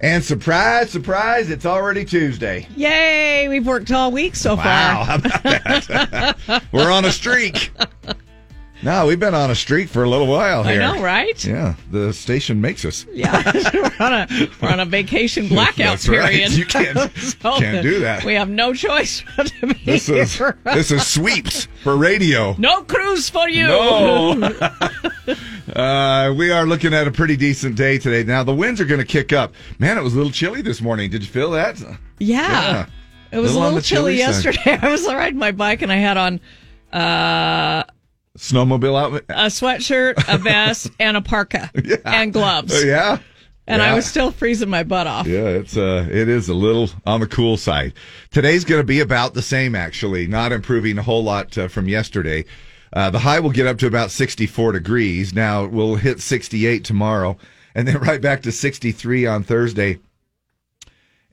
And surprise, surprise, it's already Tuesday. Yay, we've worked all week so Wow, far. how about that? We're on a streak. No, we've been on a streak for a little while I here. know, right? Yeah, the station makes us. Yeah, we're, on a, we're on a vacation blackout That's right. period. You can't- So can't do that. We have no choice but to be This is here. this is sweeps for radio. no cruise for you. No. uh, we are looking at a pretty decent day today. Now the winds are going to kick up. Man, it was a little chilly this morning. Did you feel that? Yeah. It was Little a on little the chilly chilly side. yesterday. I was riding my bike and I had on uh, Snowmobile outfit. a sweatshirt, a vest, and a parka and gloves. Oh, yeah. And I Yeah. was still freezing my butt off. Yeah, it's uh it is a little on the cool side. Today's going to be about the same actually, not improving a whole lot uh, from yesterday. Uh, the high will get up to about 64 degrees. Now we'll hit 68 tomorrow and then right back to 63 on Thursday.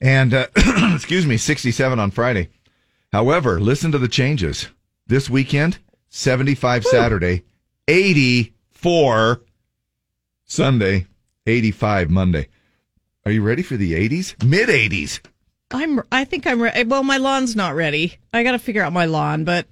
And uh, excuse me, 67 on Friday. However, listen to the changes. This weekend, 75 Saturday, 84 Sunday, 85 Monday. Are you ready for the 80s? Mid 80s. I'm. I think I'm ready. Well, my lawn's not ready. I got to figure out my lawn, but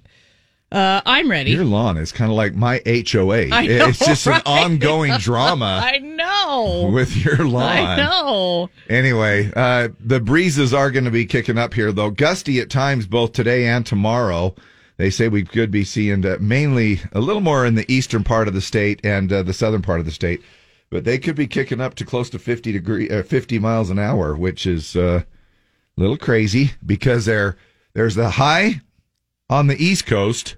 uh, I'm ready. Your lawn is kind of like my HOA. I know, it's just right? an ongoing drama I know. with your lawn. I know. Anyway, uh, the breezes are going to be kicking up here, though gusty at times both today and tomorrow. They say we could be seeing uh, mainly a little more in the eastern part of the state and uh, the southern part of the state, but they could be kicking up to close to fifty degree, uh, fifty miles an hour, which is uh, a little crazy because there there's the high on the east coast,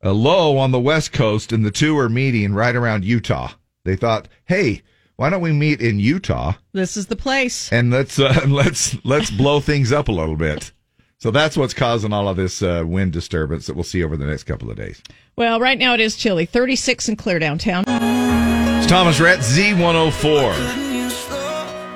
a low on the west coast, and the two are meeting right around Utah. They thought, hey, why don't we meet in Utah? This is the place. and let's uh, let's let's blow things up a little bit. So that's what's causing all of this uh, wind disturbance that we'll see over the next couple of days. Well, right now it is chilly. 36 and clear downtown. It's Thomas Rhett, Z104.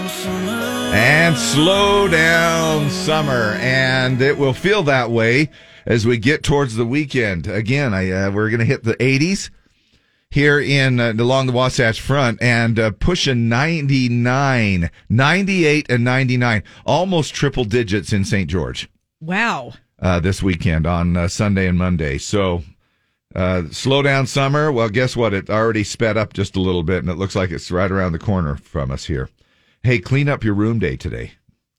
And slow down summer, and it will feel that way as we get towards the weekend. Again, I, uh, we're going to hit the 80s here in uh, along the Wasatch Front and uh, pushing 99, 98, and 99, almost triple digits in St. George Wow. uh, this weekend on uh, Sunday and Monday. So, uh, slow down summer. Well, guess what? It already sped up just a little bit, and it looks like it's right around the corner from us here. Hey, clean up your room day today.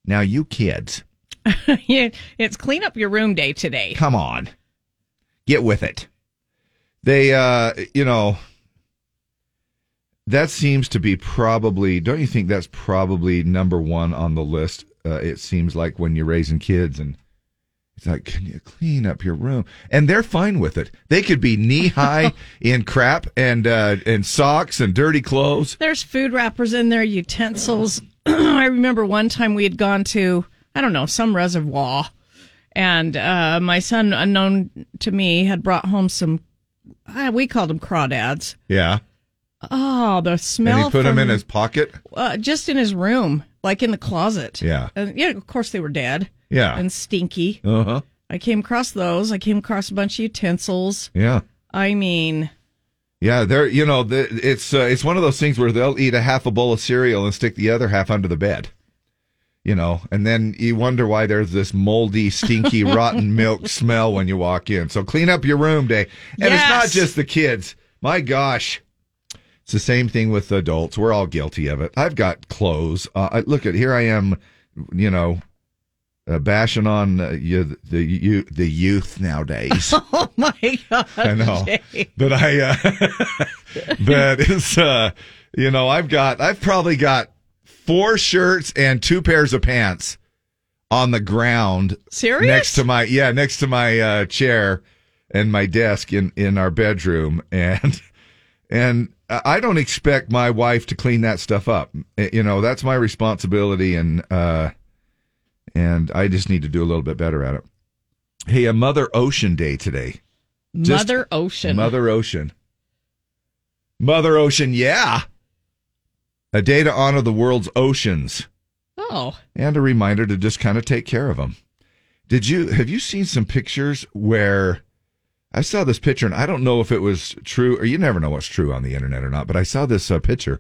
Now, you kids, Yeah, it's clean up your room day today. come on, get with it. They, uh, you know, that seems to be probably. Don't you think that's probably number one on the list? Uh, it seems like when you're raising kids and It's like, can you clean up your room? And they're fine with it. They could be knee high in crap and uh, and socks and dirty clothes. There's food wrappers in there, utensils. I remember one time we had gone to, I don't know, some reservoir, and uh, my son, unknown to me, had brought home some, uh, we called them crawdads. Yeah, Oh, the smell. and he put them from- in his pocket. uh, just in his room, like in the closet. Yeah. And yeah, of course they were dead Yeah. and stinky. Uh huh. I came across those. I came across a bunch of utensils. Yeah. I mean, Yeah, they're you know the, it's uh, it's one of those things where they'll eat a half a bowl of cereal and stick the other half under the bed, you know, and then you wonder why there's this moldy, stinky, rotten milk smell when you walk in. So clean up your room day, and it's not Yes. just the kids. My gosh, it's the same thing with adults. We're all guilty of it. I've got clothes. Uh, I, look at here. I am, you know, uh, bashing on uh, you, the you the youth nowadays. oh my god! I know. Jay. But I, uh, that is, uh, you know, I've got, I've probably got four shirts and two pairs of pants on the ground Serious? next to my, yeah, next to my, uh, chair and my desk in, in our bedroom. And, and I don't expect my wife to clean that stuff up. Eh, You know, that's my responsibility. And, uh, and I just need to do a little bit better at it. Hey, a Mother Ocean Day today. just- Mother Ocean. Mother Ocean. Mother Ocean, yeah. A day to honor the world's oceans Oh, and a reminder to just kind of take care of them. Did you have you seen some pictures where I saw this picture and I don't know if it was true or you never know what's true on the internet or not, but I saw this uh, picture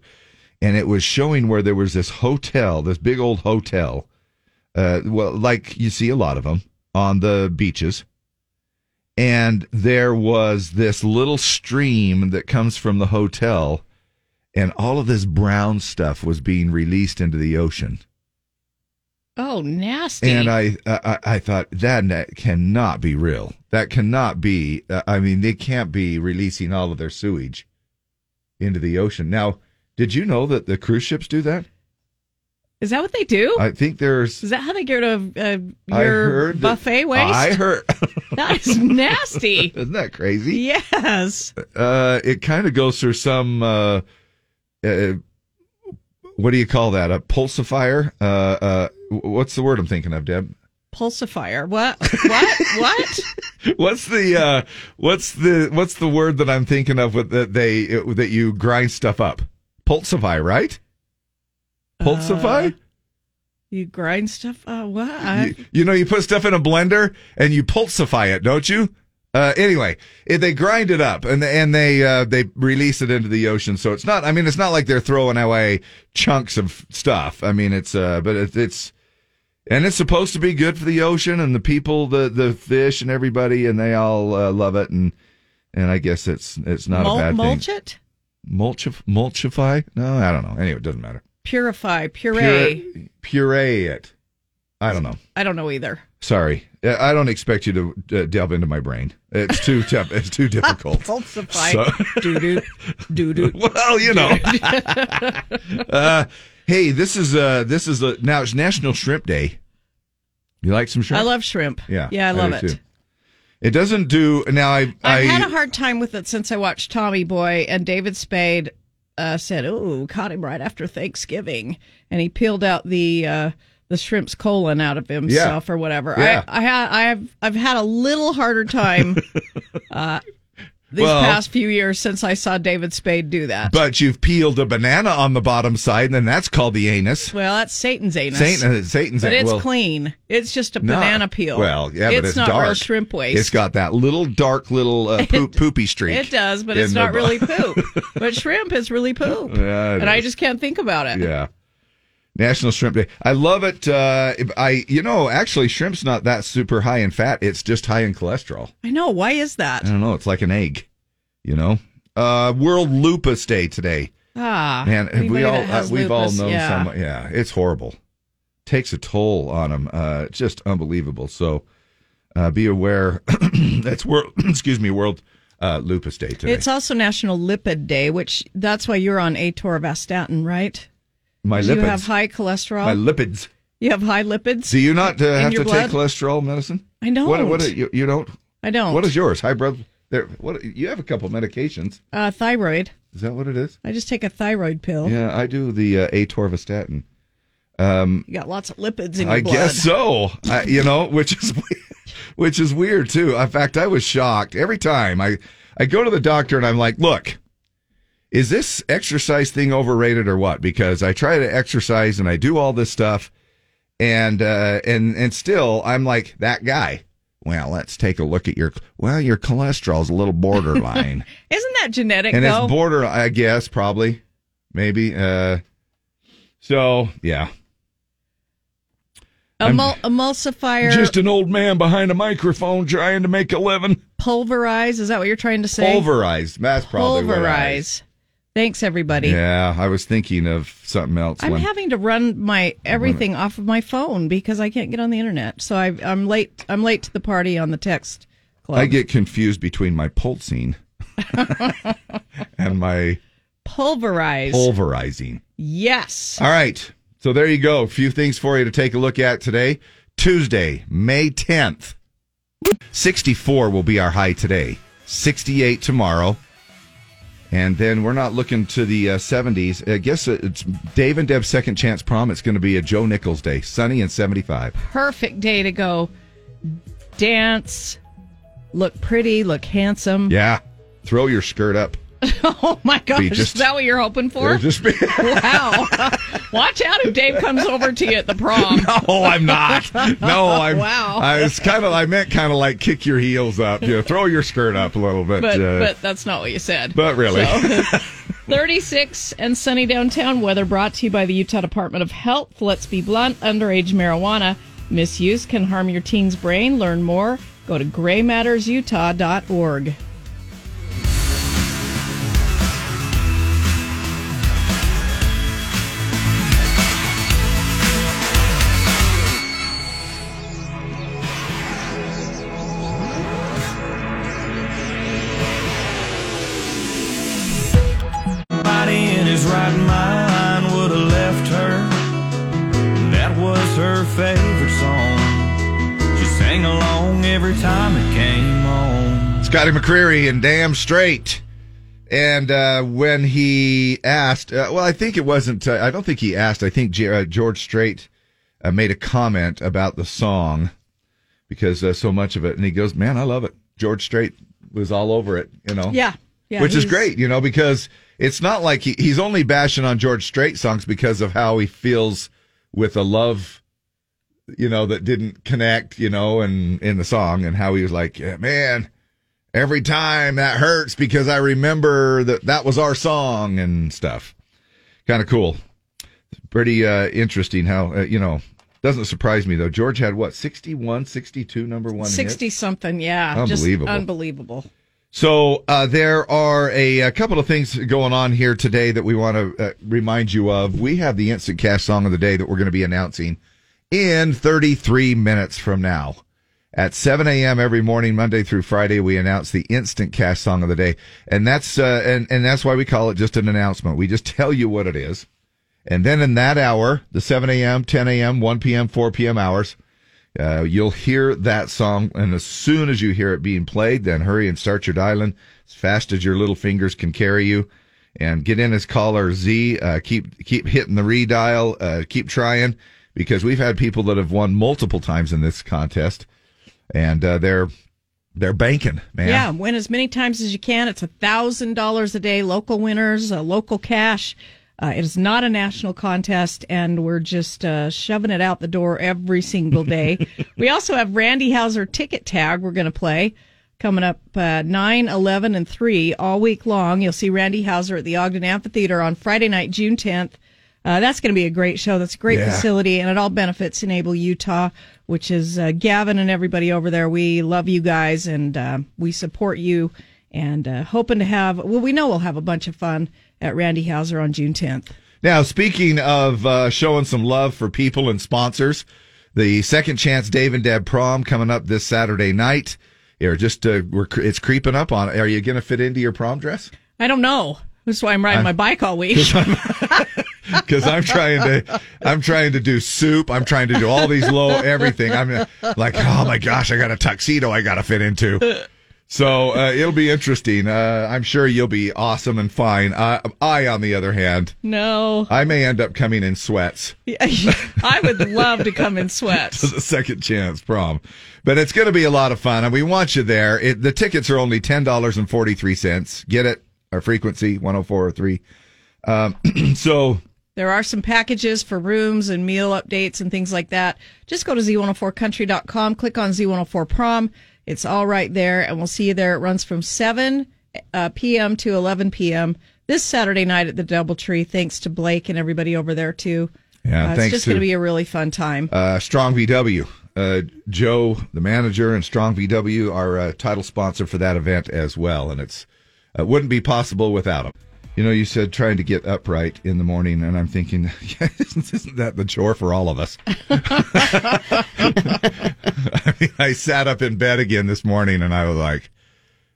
and it was showing where there was this hotel, this big old hotel, uh, well, like you see a lot of them on the beaches. And there was this little stream that comes from the hotel, and all of this brown stuff was being released into the ocean. Oh, nasty. And I, I, I thought that na- cannot be real. That cannot be. Uh, I mean, they can't be releasing all of their sewage into the ocean. Now, did you know that the cruise ships do that? Is that what they do? I think there's. Is that how they get rid of uh, I your heard that- buffet waste? I heard. that is nasty. Isn't that crazy? yes. Uh, it kind of goes through some. Uh, uh, what do you call that? A pulsifier? Uh, uh, w- what's the word I'm thinking of, Deb? Pulsifier. What? What? what? What's the uh, what's the what's the word that I'm thinking of with, that they that you grind stuff up? Pulsify, right? Pulsify. Uh, You grind stuff? Uh, what? I- you, you know, you put stuff in a blender and you pulsify it, don't you? Uh, anyway, it, they grind it up and and they uh, they release it into the ocean. So it's not. I mean, it's not like they're throwing away chunks of stuff. I mean, it's uh, but it, it's and it's supposed to be good for the ocean and the people, the the fish and everybody, and they all uh, love it. And and I guess it's it's not mul- a bad mulch thing. it? Mulchif- mulchify? No, I don't know. Anyway, it doesn't matter. Purify. Puree. Puree, puree it. I don't know. I don't know either. Sorry, Uh, I don't expect you to uh, delve into my brain. It's too tough. It's too difficult. Pulsify. So- doo doo. Doo doo. well, you know. uh, hey, this is uh, this is a, now it's National Shrimp Day. You like some shrimp? I love shrimp. Yeah, Yeah, I love it. do too. It doesn't do now. I I, I've had a hard time with it since I watched Tommy Boy and David Spade uh, said, "Oh, caught him right after Thanksgiving," and he peeled out the uh, the shrimp's colon out of himself or whatever. Yeah. I, I ha- I've I've had a little harder time uh, these Well- past few years since I saw David Spade do that. but you've peeled a banana on the bottom side, and then that's called the anus. well, that's Satan's anus. Satan, uh, Satan's But it's well, clean. It's just a no. banana peel. Well, yeah, but it's not dark. real shrimp waste. It's got that little dark little uh, poop, poopy streak. It does, but in it's the not bo- really poop. but shrimp is really poop. Yeah, it and I is. just can't think about it. Yeah. National Shrimp Day. I love it. Uh, I you know actually shrimp's not that super high in fat. It's just high in cholesterol. I know. Why is that? I don't know. It's like an egg. You know. Uh, World Lupus Day today. Ah, Man, anybody we all that uh, has we've all lupus, known yeah. someone. Yeah, it's horrible. Takes a toll on them. Uh, just unbelievable. So uh, be aware. That's world. excuse me. World uh, Lupus Day today. It's also National Lipid Day, which that's why you're on atorvastatin, right? my You lipids. have high cholesterol. my lipids. you have high lipids. Do you not uh, In have to your take blood? cholesterol medicine? I don't. What? What? You, you don't? I don't. What is yours? High blood. There. What? You have a couple medications. uh, thyroid? Is that what it is? I just take a thyroid pill. Yeah, I do the uh, atorvastatin. Um, You got lots of lipids in your I blood. guess so. I, you know, which is which is weird too. In fact, I was shocked every time I I go to the doctor and I'm like, look. Is this exercise thing overrated or what? Because I try to exercise and I do all this stuff, and uh, and and still I'm like that guy. Well, let's take a look at your well, your cholesterol's a little borderline. Isn't that genetic and though? it's border i guess probably maybe uh so yeah Emul- emulsifier, an old man behind a microphone trying to make a living pulverize. Is that what you're trying to say? pulverize that's probably what I- Pulverize. Thanks, everybody. yeah i was thinking of something else I'm when- having to run my everything off of my phone because I can't get on the internet. So I, I'm late. I'm late to the party on the text club. i get confused between my pulsing and my Pulverize. pulverizing yes. all right so there you go a few things for you to take a look at today tuesday may 10th 64 will be our high today, 68 tomorrow. And then we're not looking to the uh, 70s. I guess it's Dave and Deb's second chance prom. It's going to be a Joe Nichols day, sunny and 75. Perfect day to go dance, look pretty, look handsome. Yeah. Throw your skirt up. Oh my gosh, Be just- is that what you're hoping Or for? just be. wow. Watch out if Dave comes over to you at the prom. no, I'm not. No, I'm. Wow. I was kind of. I meant kind of like kick your heels up. You know, throw your skirt up a little bit. But uh, but that's not what you said. but really. 36 and sunny downtown weather brought to you by the Utah Department of Health. Let's be blunt underage marijuana misuse can harm your teen's brain. Learn more. Go to graymattersutah.org. Nobody in his right mind would have left her. That was her favorite song. She sang along every time it came on. Scotty McCreery and Damn Straight. And uh, when he asked, uh, well, I think it wasn't, uh, I don't think he asked. I think Ge- uh, George Strait uh, made a comment about the song because uh, so much of it. And he goes, man, I love it. George Strait was all over it, you know? Yeah. Yeah, Which is he's- great, you know, because it's not like he, he's only bashing on George Strait songs because of how he feels with a love, you know, that didn't connect, you know, and in the song and how he was like, "Yeah, man, every time that hurts because I remember that that was our song and stuff. Kind of cool. Pretty uh, interesting how, uh, you know, doesn't surprise me though. George had what, 61, 62 number one hits? 60 something. Yeah. Unbelievable. Just unbelievable. So uh, there are a, a couple of things going on here today that we want to uh, remind you of. We have the instant cast song of the day that we're going to be announcing in 33 minutes from now. At 7 a.m. every morning, Monday through Friday, we announce the instant cast song of the day, and that's uh, and and that's why we call it just an announcement. We just tell you what it is, and then in that hour, the 7 a.m., 10 a.m., 1 p.m., 4 p.m. hours, uh, you'll hear that song, and as soon as you hear it being played, then hurry and start your dialing as fast as your little fingers can carry you, and get in as caller Z. Uh, keep keep hitting the redial. Uh, keep trying because we've had people that have won multiple times in this contest, and uh, they're they're banking, man. Yeah, win as many times as you can. It's a thousand dollars a day, local winners, uh, local cash. Uh, it is not a national contest, and we're just uh, shoving it out the door every single day. we also have Randy Hauser ticket tag we're going to play coming up uh, 9, 11, and 3 all week long. You'll see Randy Hauser at the Ogden Amphitheater on Friday night, June 10th. Uh, that's going to be a great show. That's a great Yeah. facility, and it all benefits Enable Utah, which is uh, Gavin and everybody over there. We love you guys, and uh, we support you, and uh, hoping to have. Well, we know we'll have a bunch of fun at Randy Hauser on June 10th. Now, speaking of uh, showing some love for people and sponsors, the second chance Dave and Deb prom coming up this Saturday night. Or just uh, we're, it's creeping up on. Are you going to fit into your prom dress? I don't know. That's why I'm riding my bike all week. Because I'm trying to, I'm trying to do soup. I'm trying to do all these low everything. I'm uh, like, oh my gosh, I got a tuxedo I got to fit into. So uh, it'll be interesting. Uh, I'm sure you'll be awesome and fine. I, I, on the other hand, No, I may end up coming in sweats. I would love to come in sweats. to the second chance prom. But it's going to be a lot of fun, and we want you there. It, the tickets are only ten dollars and forty three cents. Get it? Our frequency one hundred four or three. Um, so There are some packages for rooms and meal updates and things like that. Just go to z104country.com, click on Z104 prom. It's all right there, and we'll see you there. It runs from 7 uh, p.m. to 11 p.m. this Saturday night at the Doubletree. Thanks to Blake and everybody over there, too. Yeah, Uh, thanks It's just to- going to be a really fun time. uh, Strong VW, uh, Joe, the manager, and Strong VW are uh, title sponsor for that event as well, and it's it wouldn't be possible without them. You know, you said trying to get upright in the morning, and I'm thinking, isn't that the chore for all of us? I mean, I sat up in bed again this morning and I was like,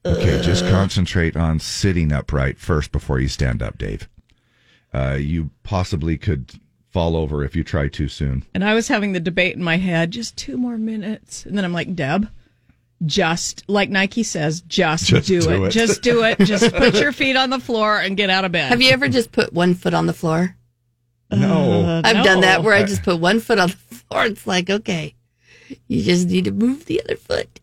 okay, just concentrate on sitting upright first before you stand up, Dave. Uh, you possibly could fall over if you try too soon. and I was having the debate in my head just two more minutes. And then I'm like, Deb. Just like Nike says, just, Just do, do it. it. Just do it. Just put your feet on the floor and get out of bed. Have you ever just put one foot on the floor? No. Uh, I've done that no. where I just put one foot on the floor. It's like, okay, you just need to move the other foot.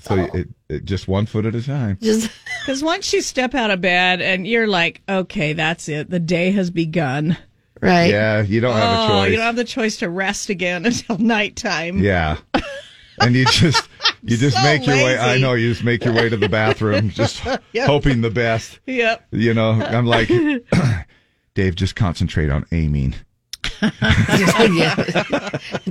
so it, it, just one foot at a time. Just Because once you step out of bed and you're like, okay, that's it. The day has begun. right. Yeah, you don't have a Oh, choice. you don't have the choice to rest again until nighttime. yeah. And you just You just So make your way. I lazy. know you just make your way to the bathroom, just Yep. hoping the best. Yep. You know, I'm like, Dave, just concentrate on aiming. Yeah.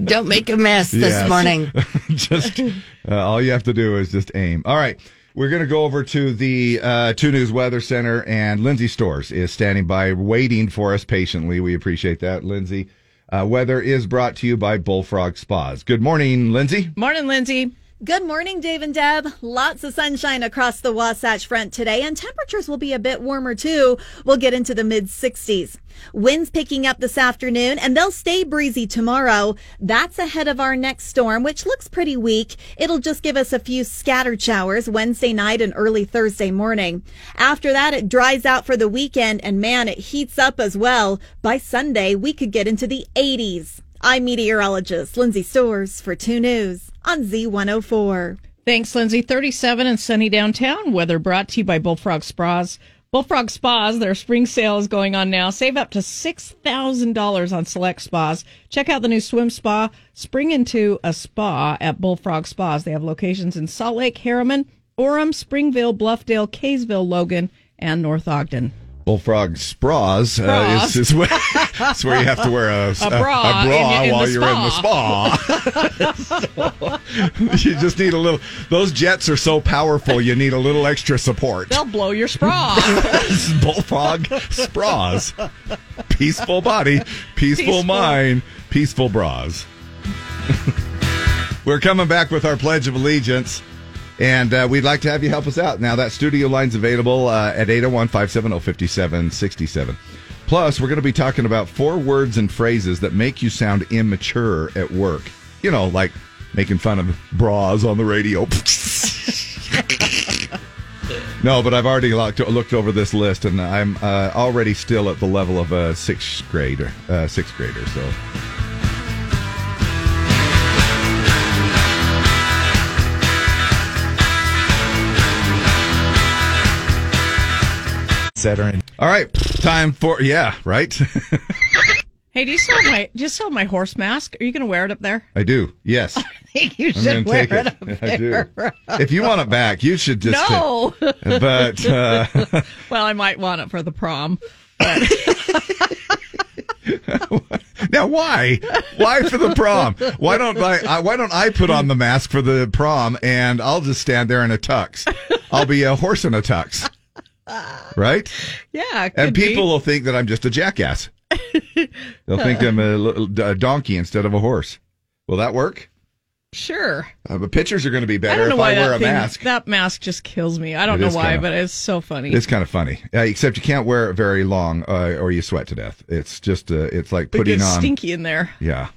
Don't make a mess Yes. this morning. just uh, all you have to do is just aim. All right. We're going to go over to the uh, 2 News Weather Center, and Lindsay Stores is standing by waiting for us patiently. We appreciate that, Lindsay. Uh, weather is brought to you by Bullfrog Spas. Good morning, Lindsay. Morning, Lindsay. Good morning, Dave and Deb. Lots of sunshine across the Wasatch Front today, and temperatures will be a bit warmer too. We'll get into the mid 60s. Winds picking up this afternoon, and they'll stay breezy tomorrow. That's ahead of our next storm, which looks pretty weak. It'll just give us a few scattered showers Wednesday night and early Thursday morning. After that, it dries out for the weekend, and man, it heats up as well. By Sunday, we could get into the 80s. I'm meteorologist Lindsay Stores for 2 News on Z104. Thanks, Lindsay. 37 and sunny downtown. Weather brought to you by Bullfrog Spas. Bullfrog Spas, their spring sale is going on now. Save up to $6,000 on select spas. Check out the new swim spa. Spring into a spa at Bullfrog Spas. They have locations in Salt Lake, Harriman, Orem, Springville, Bluffdale, Kaysville, Logan, and North Ogden. Bullfrog Spas uh, is, Spas. is where, it's where you have to wear a, a bra a bra in- in the while you're in the spa. So, you just need a little. Those jets are so powerful. You need a little extra support. They'll blow your spraw. Bullfrog Spas. Peaceful body, peaceful, Peaceful. mind, peaceful bras. We're coming back with our Pledge of Allegiance, and uh, we'd like to have you help us out. Now, that studio line's available uh, at 801 570 5767. Plus, we're going to be talking about four words and phrases that make you sound immature at work. You know, like making fun of bras on the radio. No, but I've already looked, looked over this list, and I'm uh, already still at the level of a sixth grader. Uh, sixth grader. So, etc. all right, time for yeah, right. hey, do you sell my, do you sell my horse mask? Are you going to wear it up there? I do. Yes, I think you I'm should gonna wear take it. it. up I do. there. If you want it back, you should just. No. But uh, well, I might want it for the prom. now, why? Why for the prom? Why don't I? I- Why don't I put on the mask for the prom, and I'll just stand there in a tux? I'll be a horse in a tux, right? Yeah, it And could be. people will think that I'm just a jackass. They'll think I'm a, li- a donkey instead of a horse. Will that work? Sure. Uh, but pictures are going to be better I don't if know I why wear that a thing- mask. That mask just kills me. I don't It know is why, kinda- but it's so funny. It's kind of funny, uh, except you can't wear it very long, uh, or you sweat to death. It's just, uh, it's like it putting gets on. stinky in there. Yeah.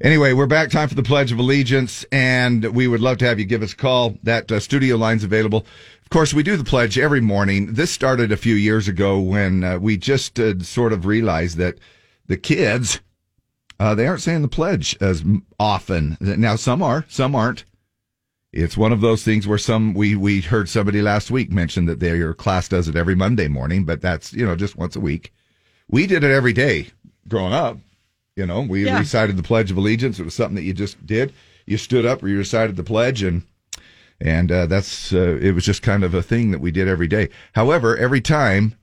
Anyway, we're back. Time for the Pledge of Allegiance, and we would love to have you give us a call. That uh, studio line's available. Of course, we do the pledge every morning. This started a few years ago when uh, we just uh, sort of realized that the kids uh, they aren't saying the pledge as m- often. Now, some are, some aren't. It's one of those things where some we we heard somebody last week mention that their class does it every Monday morning, but that's you know just once a week. We did it every day growing up. You know, we Yeah. recited the Pledge of Allegiance. It was something that you just did. You stood up, you recited the pledge, and and uh, that's uh, it was just kind of a thing that we did every day. However, every time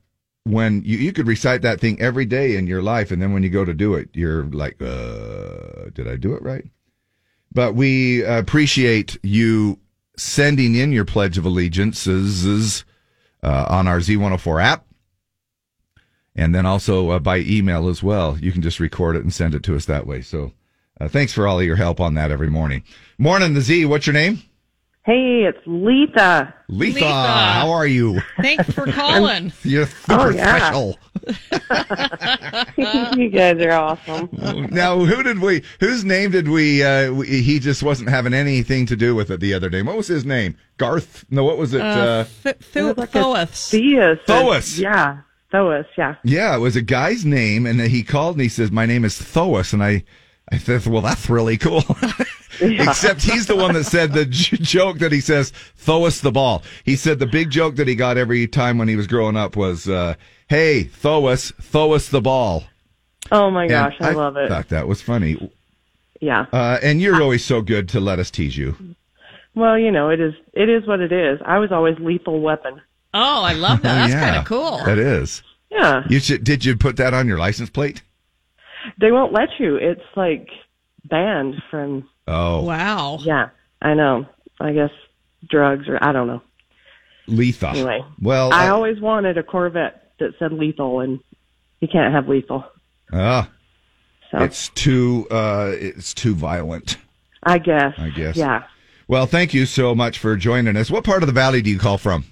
when you, you could recite that thing every day in your life, and then when you go to do it, you're like, uh, did I do it right? But we appreciate you sending in your Pledge of Allegiances uh, on our Z104 app. And then also uh, by email as well. You can just record it and send it to us that way. So uh, thanks for all of your help on that every morning. Morning, the Z. What's your name? Hey, it's Letha. Letha. Letha. How are you? Thanks for calling. You're super Oh, yeah. special. you guys are awesome. now, who did we? Whose name did we? Uh, we? He just wasn't having anything to do with it the other day. What was his name? Garth? No, what was it? Uh, Th- th- Thoas. Theus. Thoas. Yeah. Thoas, yeah. yeah, it was a guy's name, and he called and he says, "My name is Thoas," and I, I said, "Well, that's really cool." Except he's the one that said the j- joke that he says, "Thoas the ball." He said the big joke that he got every time when he was growing up was, uh, "Hey, Thoas, Thoas the ball." Oh my And gosh, I, love it. Thought that was funny. Yeah. Uh, and you're always so good to let us tease you. Well, you know, it is it is what it is. I was always lethal weapon. Oh, I love that. That's Yeah, kind of cool. That is. Yeah. You should. Did you put that on your license plate? They won't let you. It's like banned from Oh, Wow. yeah. I know. I guess drugs or I don't know. lethal. Anyway. Well, I uh, always wanted a Corvette that said lethal and you can't have lethal. ah, So it's too. Uh, it's too violent. I guess. I guess. Yeah. Well, thank you so much for joining us. What part of the valley do you call from?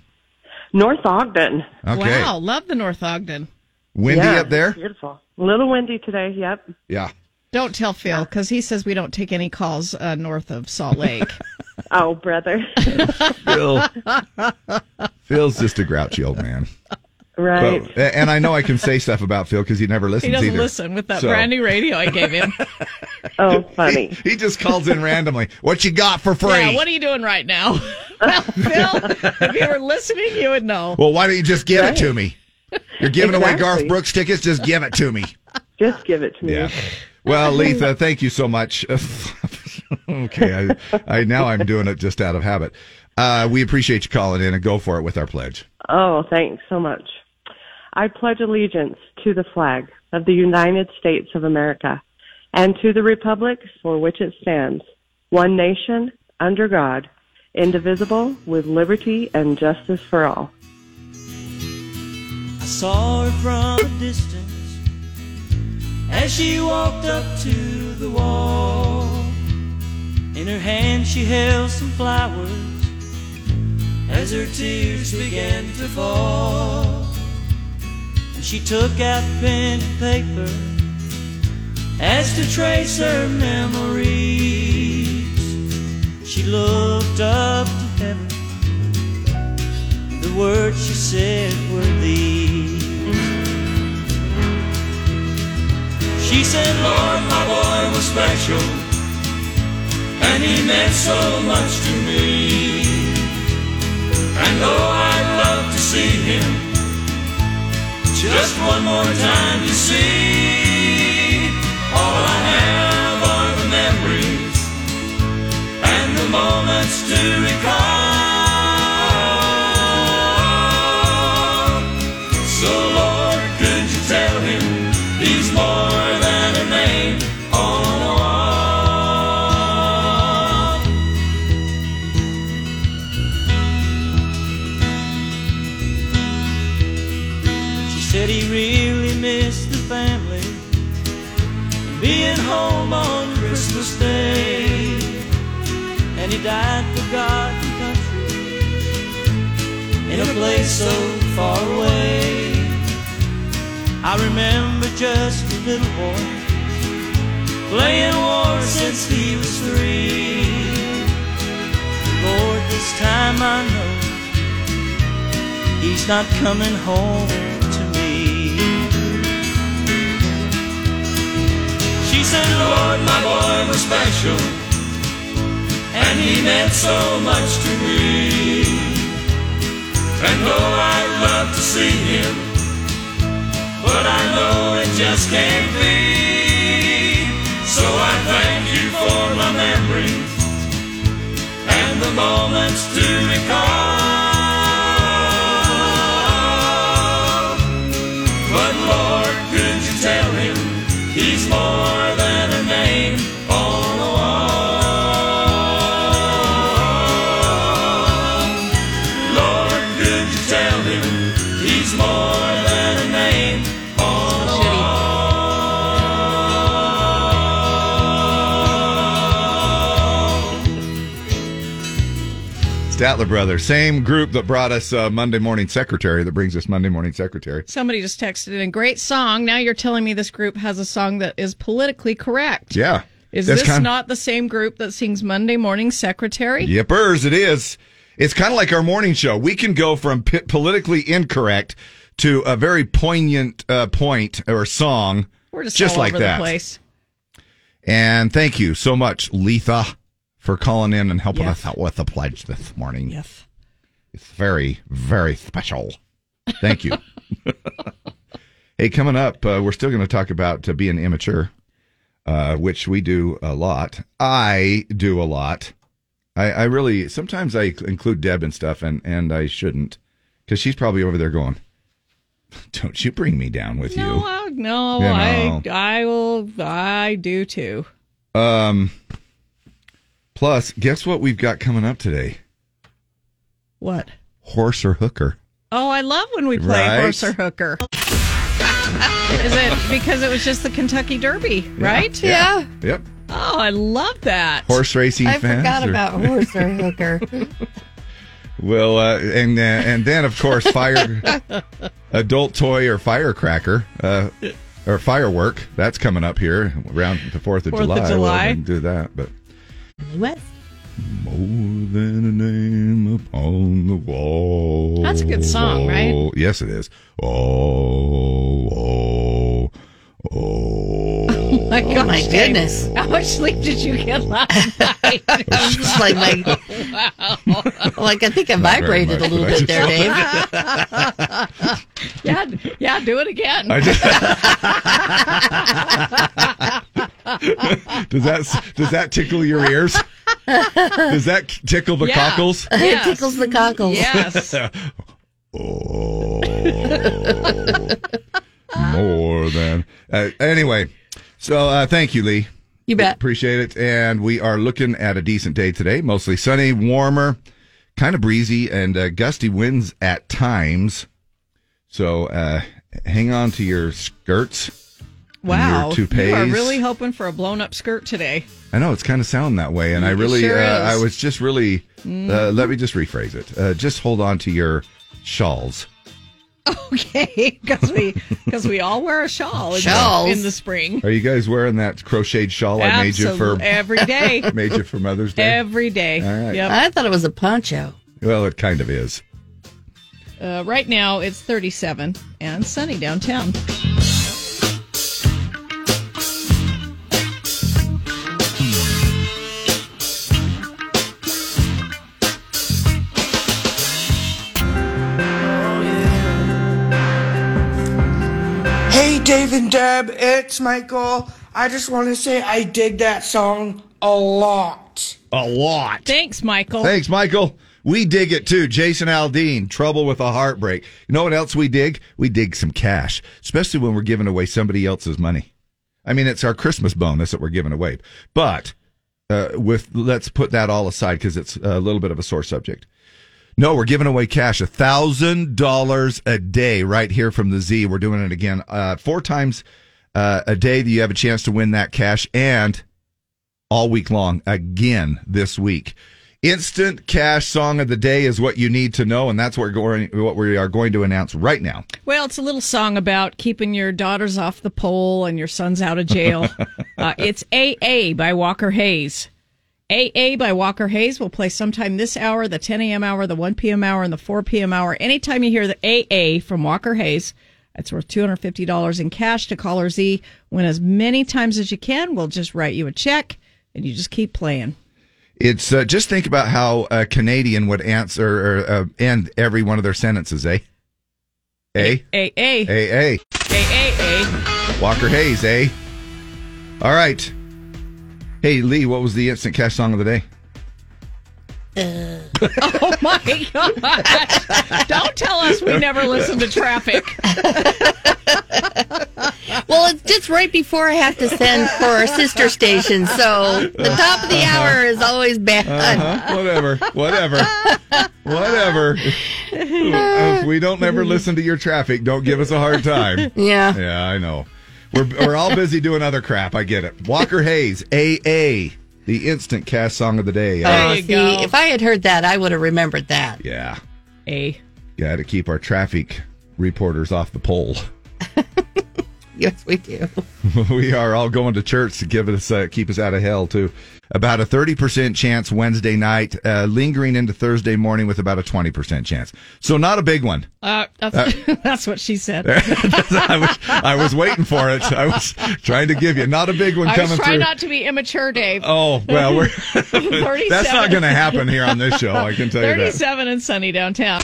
North Ogden. Okay, Wow. Love the North Ogden. windy Yeah, up there. Beautiful. A little windy today, yep. Yeah. Don't tell Phil because he says we don't take any calls uh, north of Salt Lake. Oh, brother. Phil. Phil's just a grouchy old man. right. But, and I know I can say stuff about Phil because he never he listens doesn't either. listen with that So- brand new radio I gave him. oh, funny. He just calls in randomly. What you got for free? yeah, what are you doing right now? Well, Phil, if you were listening, you would know. well, why don't you just give it to me? You're giving away Garth Exactly. Brooks tickets. Just give it to me. Just give it to me. Yeah. Well, Letha, thank you so much. okay, I, I now I'm doing it just out of habit. Uh, we appreciate you calling in and go for it with our pledge. Oh, thanks so much. I pledge allegiance to the flag of the United States of America and to the republic for which it stands, one nation, under God, indivisible, with liberty and justice for all. I saw her from a distance as she walked up to the wall. In her hand, she held some flowers as her tears began to fall. And she took out pen and paper as to trace her memories. She looked up to heaven. The words she said were these. She said, Lord, my boy was special, and he meant so much to me. And though I'd love to see him, just one more time to see. All I have are the memories and the moments to recall. So, Lord, could you tell him he's more than a name on a wall? She said he really missed the family, being home on Christmas Day and he died forgotten country in a place so far away. I remember just a little boy playing war since he was three. Lord, this time I know he's not coming home to me. She said, Lord, my boy was special and he meant so much to me. And though I'd love to see him, but I know it just can't be. So I thank you for my memories and the moments to recall. But Lord, could you tell him he's more than a name on a wall? Lord, could you tell him he's more than a name on a Statler Brothers, same group that brought us uh, Monday Morning Secretary, that brings us Monday Morning Secretary. Somebody just texted in, great song. Now you're telling me this group has a song that is politically correct. Yeah. Is That's this kind- not the same group that sings Monday Morning Secretary? Yippers, it is. It's kind of like our morning show. We can go from p- politically incorrect to a very poignant uh, point or song, We're just, all like over that. the place. And thank you so much, Letha, for calling in and helping Yes. us out with the pledge this morning. Yes. It's very, very special. Thank you. hey, coming up, uh, we're still going to talk about uh, being immature, uh, which we do a lot. I do a lot. I, I really sometimes I include Deb and stuff, and and I shouldn't, because she's probably over there going, "Don't you bring me down with No, you." I, no, You I, know. I will. I do too. Um. Plus, guess what we've got coming up today? What? Horse or hooker? Oh, I love when we play Right? horse or hooker. Is it because it was just the Kentucky Derby, right? Yeah. Yep. Oh, I love that. Horse racing I fans. forgot or- about horse or hooker. Well, uh, and uh, and then of course, fire, adult toy or firecracker uh, or firework. That's coming up here around the Fourth of Fourth of July. July. We'll do that, but West. more than a name upon the wall. That's a good song, right? Yes, it is. Oh, oh, oh. My gosh, My Dave, goodness. how much sleep did you get last night? It's like my like I think I Not very vibrated much, a little but I bit just- there, Dave. yeah, yeah, do it again. I just- does that does that tickle your ears? Does that tickle the Yeah. cockles? Yes. It tickles the cockles. Yes. Oh, more than uh, anyway. So uh, thank you, Lee. You bet. Appreciate it. And we are looking at a decent day today. Mostly sunny, warmer, kind of breezy, and uh, gusty winds at times. So uh, hang on to your skirts. and Wow. Your toupees. You are really hoping for a blown up skirt today. I know it's kind of sound that way, and I really, sure uh, is. Mm-hmm. I was just really. Uh, let me just rephrase it. Uh, just hold on to your shawls. Okay, because we because we all wear a shawl in the- Shawls. in the spring. Are you guys wearing that crocheted shawl I made you for Absolute- every day, made you for Mother's Day? every day. All right. Yep. I thought it was a poncho. well, it kind of is. Uh, right now it's 37 and sunny downtown. Hey, Dave and Deb, it's Michael. I just want to say I dig that song a lot. A lot. Thanks, Michael. Thanks, Michael. We dig it too. Jason Aldean, Trouble with a Heartbreak. You know what else we dig? We dig some cash, especially when we're giving away somebody else's money. I mean, it's our Christmas bonus that we're giving away. But uh, with let's put that all aside because it's a little bit of a sore subject. No, we're giving away cash, a thousand dollars a day, right here from the Z. We're doing it again, uh, four times uh, a day. That you have a chance to win that cash, and all week long again this week. Instant cash song of the day is what you need to know, and that's what we're going what we are going to announce right now. Well, it's a little song about keeping your daughters off the pole and your sons out of jail. uh, it's AA by Walker Hayes. AA by Walker Hayes will play sometime this hour, the 10 a.m. hour, the 1 p.m. hour, and the 4 p.m. hour. Anytime you hear the AA from Walker Hayes, it's worth $250 in cash to caller Z. Win as many times as you can. We'll just write you a check and you just keep playing. It's uh, just think about how a Canadian would answer or uh, end every one of their sentences, eh? Eh? AA. Eh, eh. AAA. Walker Hayes, eh? All right. Hey, Lee, what was the instant cash song of the day? Oh my God. Don't tell us we never listen to traffic. Well, it's just right before I have to send for our sister station, so the top of the Uh-huh. hour is always bad. Uh, Huh? Uh-huh. Whatever. Whatever. Whatever. if we don't ever listen to your traffic, don't give us a hard time. Yeah. Yeah, I know. We're, we're all busy doing other crap. I get it. Walker Hayes, AA, the instant cast song of the day. Uh, There you Oh, See, go. if I had heard that, I would have remembered that. yeah. A. Got to keep our traffic reporters off the pole. Yes, we do. we are all going to church to give us uh, keep us out of hell too. About a thirty percent chance Wednesday night, uh, lingering into Thursday morning with about a twenty percent chance. So not a big one. Uh, that's, that's what she said. I, was, I was waiting for it. I was trying to give you not a big one I was coming trying through. not to be immature, Dave. oh well, we're, 37, that's not going to happen here on this show. I can tell you that. 37 and sunny downtown.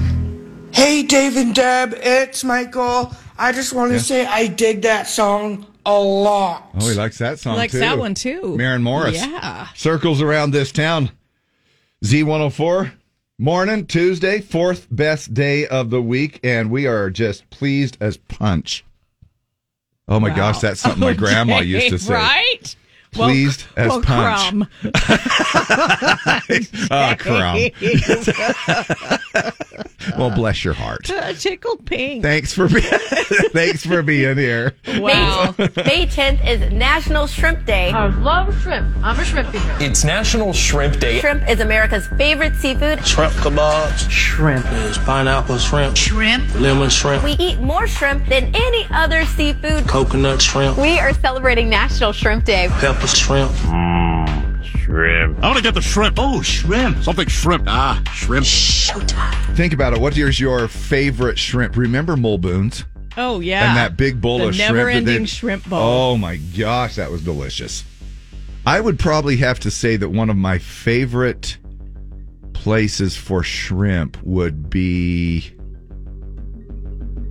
Hey, Dave and Deb, it's Michael. I just want to say I dig that song a lot. Oh, he likes that song. Likes too. that one, too. Maren Morris. Yeah. Circles around this town. Z104. Morning, Tuesday, fourth best day of the week, and we are just pleased as punch. Oh my gosh, that's something my grandma Okay, used to say. Right? Pleased as well, punch. crumb. Oh, crumb. Well, bless your heart. Tickled pink. Thanks for being, thanks for being here. Wow. May 10th is National Shrimp Day. I love shrimp. I'm a shrimp eater. It's National Shrimp Day. Shrimp is America's favorite seafood. shrimp kebabs. Shrimp. There's pineapple shrimp. Shrimp. Lemon shrimp. We eat more shrimp than any other seafood. Coconut shrimp. We are celebrating National Shrimp Day. Pepper shrimp. Shrimp. I want to get the shrimp. Oh, shrimp. Something shrimp. Ah, shrimp. Think about it. What is your favorite shrimp? Remember Mulboons Oh, yeah. and that big bowl The of shrimp? that they- never-ending shrimp bowl. Oh my gosh, that was delicious. I would probably have to say that one of my favorite places for shrimp would be.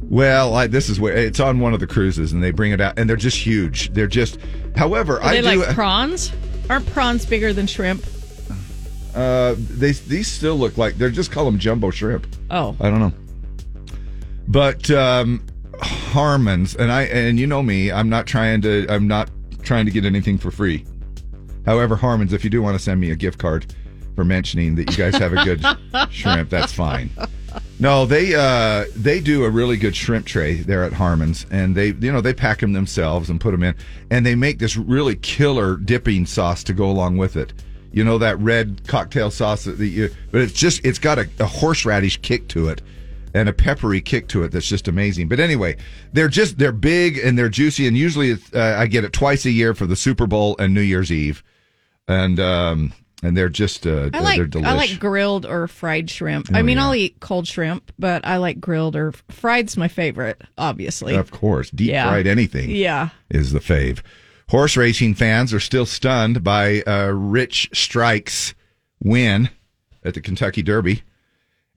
Well, I, this is where it's on one of the cruises, and they bring it out, and they're just huge. They're just, however, Are I they do. like prawns? Aren't prawns bigger than shrimp? Uh, they these still look like they're just call them jumbo shrimp. Oh. I don't know. But um Harmons and I and you know me, I'm not trying to I'm not trying to get anything for free. However, Harmons, if you do want to send me a gift card for mentioning that you guys have a good shrimp, that's fine. No, they uh they do a really good shrimp tray there at Harmons and they you know, they pack them themselves and put them in and they make this really killer dipping sauce to go along with it. You know that red cocktail sauce that you but it's just it's got a, a horseradish kick to it and a peppery kick to it that's just amazing. But anyway, they're just they're big and they're juicy, and usually it's, uh, I get it twice a year for the Super Bowl and New Year's Eve, and um and they're just uh, I like they're delicious. I like grilled or fried shrimp. Oh, I mean, yeah. I'll eat cold shrimp, but I like grilled or fried's my favorite, obviously. of course, deep Yeah. fried anything Yeah. is the fave. Horse racing fans are still stunned by uh, Rich Strike's win at the Kentucky Derby.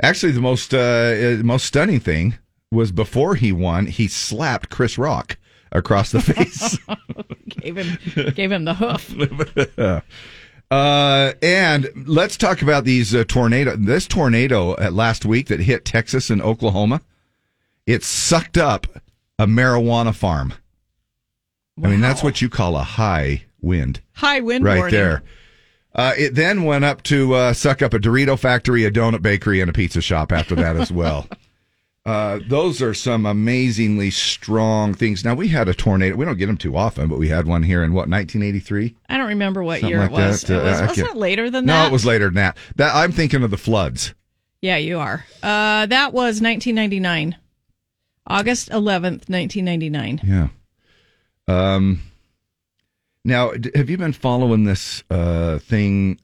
Actually, the most uh, uh, most stunning thing was before he won, he slapped Chris Rock across the face. Gave him gave him the hoof. Uh, and let's talk about these uh, tornado. This tornado uh, last week that hit Texas and Oklahoma, it sucked up a marijuana farm. I mean, that's what you call a high wind, High wind right warning. there. Uh, it then went up to uh, suck up a Dorito factory, a donut bakery, and a pizza shop after that as well. Uh, those are some amazingly strong things. Now we had a tornado. We don't get them too often, but we had one here in what 1983. I don't remember what Something year like it was. that, It was uh, I wasn't can't- it later than No, that? it was later than that. That I'm thinking of the floods. Yeah, you are. Uh, that was 1999, August 11th, 1999. Yeah. Um. Now, d- have you been following this uh, thing?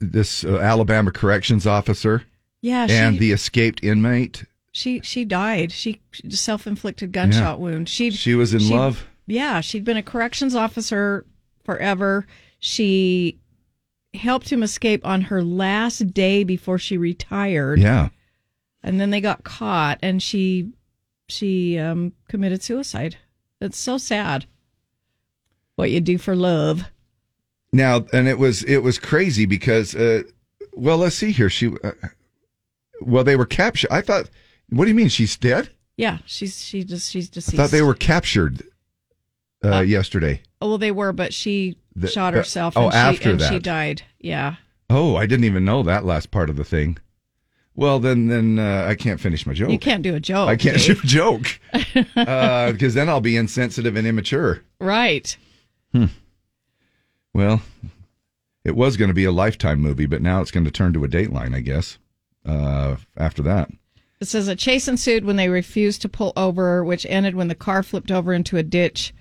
This uh, Alabama corrections officer Yeah, she and the escaped inmate. she she died. She self inflicted gunshot wound. She She was in love. Yeah, she'd been a corrections officer forever. She helped him escape on her last day before she retired, Yeah. and then they got caught, and she she um, committed suicide. That's so sad. What you do for love? Now, and it was it was crazy because, uh, well, let's see here. She, uh, well, they were captured. I thought. What do you mean she's dead? Yeah, she's she just she's I deceased. thought they were captured uh, yesterday. Oh, well, they were, but she The- shot the- herself. oh, and after she, and she that. died. Yeah. Oh, I didn't even know that last part of the thing. Well, then, then uh, I can't finish my joke. You can't do a joke. I can't do Dave. a joke because then I'll be insensitive and immature. Right. Well, it was going to be a lifetime movie, but now it's going to turn to a Dateline, I guess. Uh, after that, It says a chase ensued when they refused to pull over, which ended when the car flipped over into a ditch.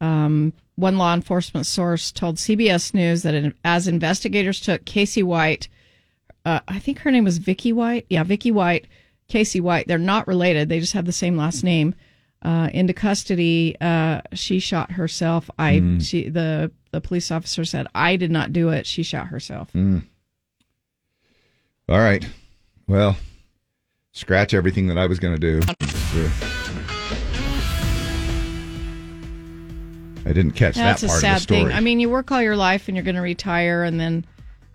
Um, one law enforcement source told CBS News that in, as investigators took Casey White, uh, I think her name was Vicky White. Yeah, Vicky White, Casey White. They're not related. They just have the same last name. Uh, into custody, uh, she shot herself. I Hmm. she the the police officer said I did not do it. She shot herself. Hmm. all right. Well, scratch everything that I was going to do. I didn't catch That's that a part of sad the story. thing. I mean, you work all your life and you're going to retire, and then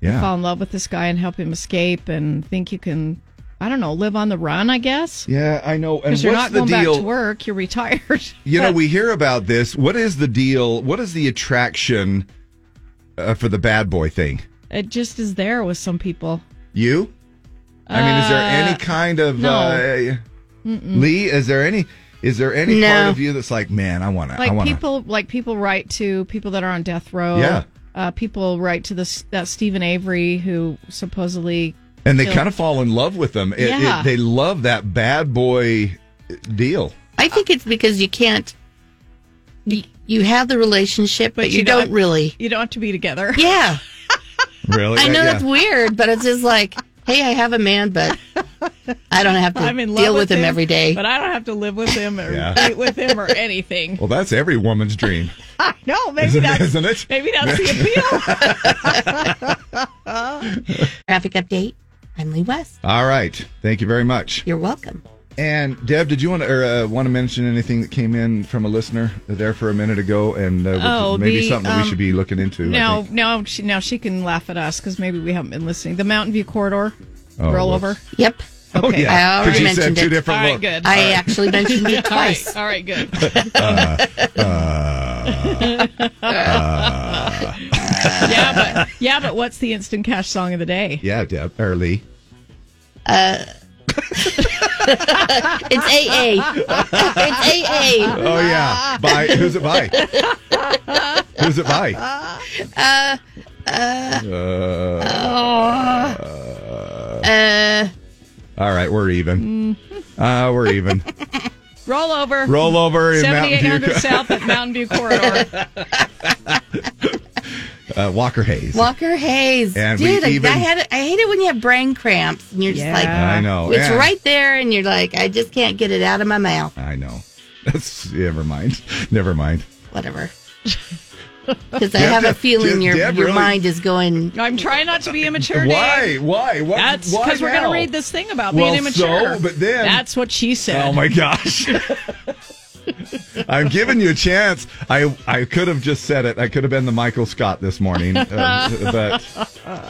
Yeah. fall in love with this guy and help him escape and think you can, I don't know, live on the run, I guess. Yeah, I know. And Because you're what's not going the deal? back to work, you're retired. You know, we hear about this. What is the deal? What is the attraction uh, for the bad boy thing? It just is there with some people. You? I mean, is there Uh, any kind of no. uh, Mm-mm. Lee? Is there any? Is there any No. part of you that's like, man, I want to, I like want to, people like people write to people that are on death row Yeah. uh, people write to this that stephen avery who supposedly and they killed- kind of fall in love with them. It- it- Yeah. they love that bad boy deal. I think it's because you can't. You, you have the relationship, but, you, don't, really. you don't have to be together Yeah, Really? I know that's weird, but it's just like, hey, I have a man, but I don't have to i'm in love deal with with him, every day. but i don't have to live with him or Yeah. date with him or anything Well, that's every woman's dream, i know maybe isn't, that's isn't it? maybe that's the appeal Traffic update. I'm Lee West. All right. Thank you very much. You're welcome. And Deb, did you want to or, uh, want to mention anything that came in from a listener there for a minute ago, and uh, was Oh, maybe the, something that we um, should be looking into? I now think. now she, now she can laugh at us because maybe we haven't been listening the mountain view corridor Oh, rollover whoops. Yep. Oh, Okay. yeah. I already 'Cause you said mentioned two it. all different right look. good I actually mentioned All you right, twice. all right good Uh, yeah, but yeah, but what's the instant cash song of the day? Yeah, Deb or Lee. Uh, It's AA. it's AA. Oh yeah. By who's it by? who's it by? Uh, uh, Uh, Oh. uh, all right, we're even. mm-hmm. Uh, we're even. roll over. Roll over in Mountain View. 7800 South at Mountain View Corridor. Uh, Walker Hayes. Walker Hayes. And we Dude, I- even- I, had, I hate it when you have brain cramps and you're just Yeah. like, I know, It's yeah. right there and you're like, I just can't get it out of my mouth. I know. That's never mind. Never mind. Whatever. Because I Deb- have a feeling Deb- your, Deb your really- mind is going. I'm trying not to be immature. Why? Dave. Why? What? That's why because we're going now? to read this thing about Well, being immature. so, but then- that's what she said. Oh my gosh. I'm giving you a chance. I I could have just said it. I could have been the Michael Scott this morning, uh, but all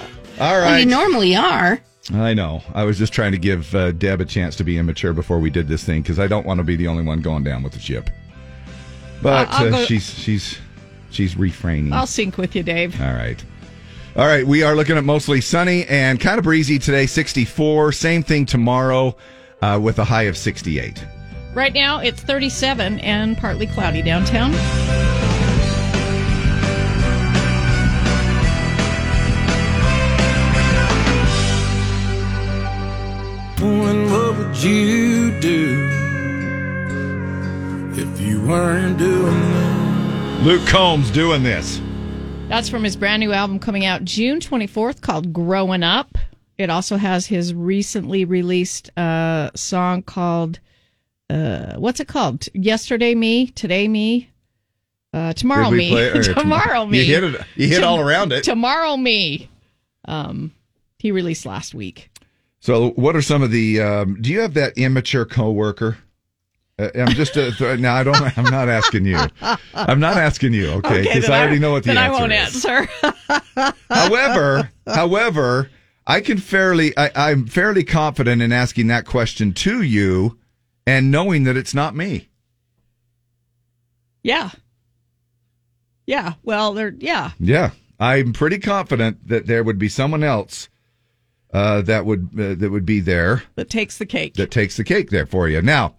right. Well, you normally are. I know. I was just trying to give uh, Deb a chance to be immature before we did this thing because I don't want to be the only one going down with the ship. But I'll- I'll uh, go- she's she's she's refraining. I'll sync with you, Dave. All right. All right, we are looking at mostly sunny and kind of breezy today, 64. Same thing tomorrow uh, with a high of 68. Right now, it's 37 and partly cloudy downtown. And what would you do if you weren't doing Luke Combs doing this. That's from his brand new album coming out June 24th called Growing Up. It also has his recently released uh, song called, uh, what's it called? Yesterday Me, Today Me, uh, Tomorrow Did we Me. play- or- tomorrow you Me. hit it- you hit all around it. Tomorrow Me. Um, he released last week. So, what are some of the? Um, do you have that immature coworker? Uh, I'm just uh, th- no. I don't. I'm not asking you. Uh, I'm not asking you. Okay, because then I already know what the then answer I won't is. answer. However, however, I can fairly. I, I'm fairly confident in asking that question to you, and knowing that it's not me. yeah. Yeah. Well, they're, yeah. Yeah, I'm pretty confident that there would be someone else uh, that would uh, that would be there. That takes the cake. that takes the cake there for you. Now,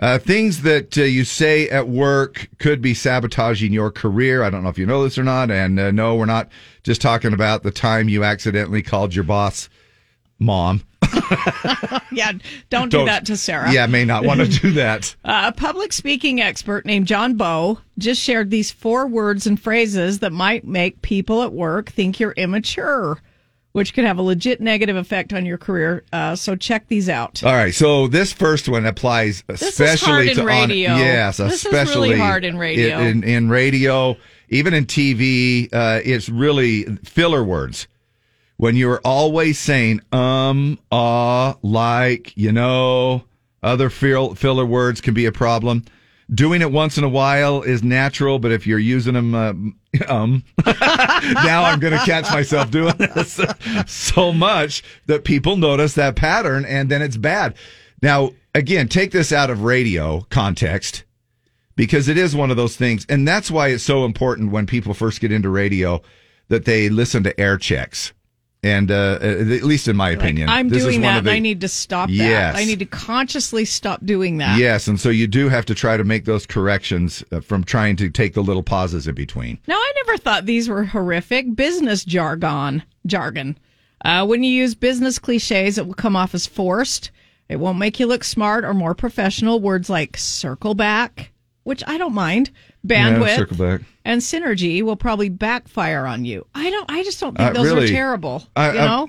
uh, things that uh, you say at work could be sabotaging your career. I don't know if you know this or not. And uh, no, we're not just talking about the time you accidentally called your boss mom. yeah. Don't, do that to Sarah. Yeah, may not want to do that. Uh, a public speaking expert named John Bow just shared these four words and phrases that might make people at work think you're immature, which could have a legit negative effect on your career. Uh, so check these out. All right, so this first one applies is especially hard in to on- radio. yes, This is really especially hard in radio. In, in, in radio, even in TV, uh, it's really filler words. When you're always saying um, ah, like, you know, other fill, filler words can be a problem. Doing it once in a while is natural, but if you're using them uh, um, now I'm going to catch myself doing this so much that people notice that pattern and then it's bad. Now, again, take this out of radio context because it is one of those things. And that's why it's so important when people first get into radio that they listen to air checks. And uh, at least in my opinion, I'm this is doing one of that. and the- I need to stop that. Yes. I need to consciously stop doing that. Yes, and so you do have to try to make those corrections uh, from trying to take the little pauses in between. Now, I never thought these were horrific business jargon. Jargon. Uh, when you use business cliches, it will come off as forced. It won't make you look smart or more professional. Words like circle back, which I don't mind, bandwidth, Yeah, circle back. and synergy will probably backfire on you. I don't. I just don't think Uh, those really, are terrible. I- you I- know.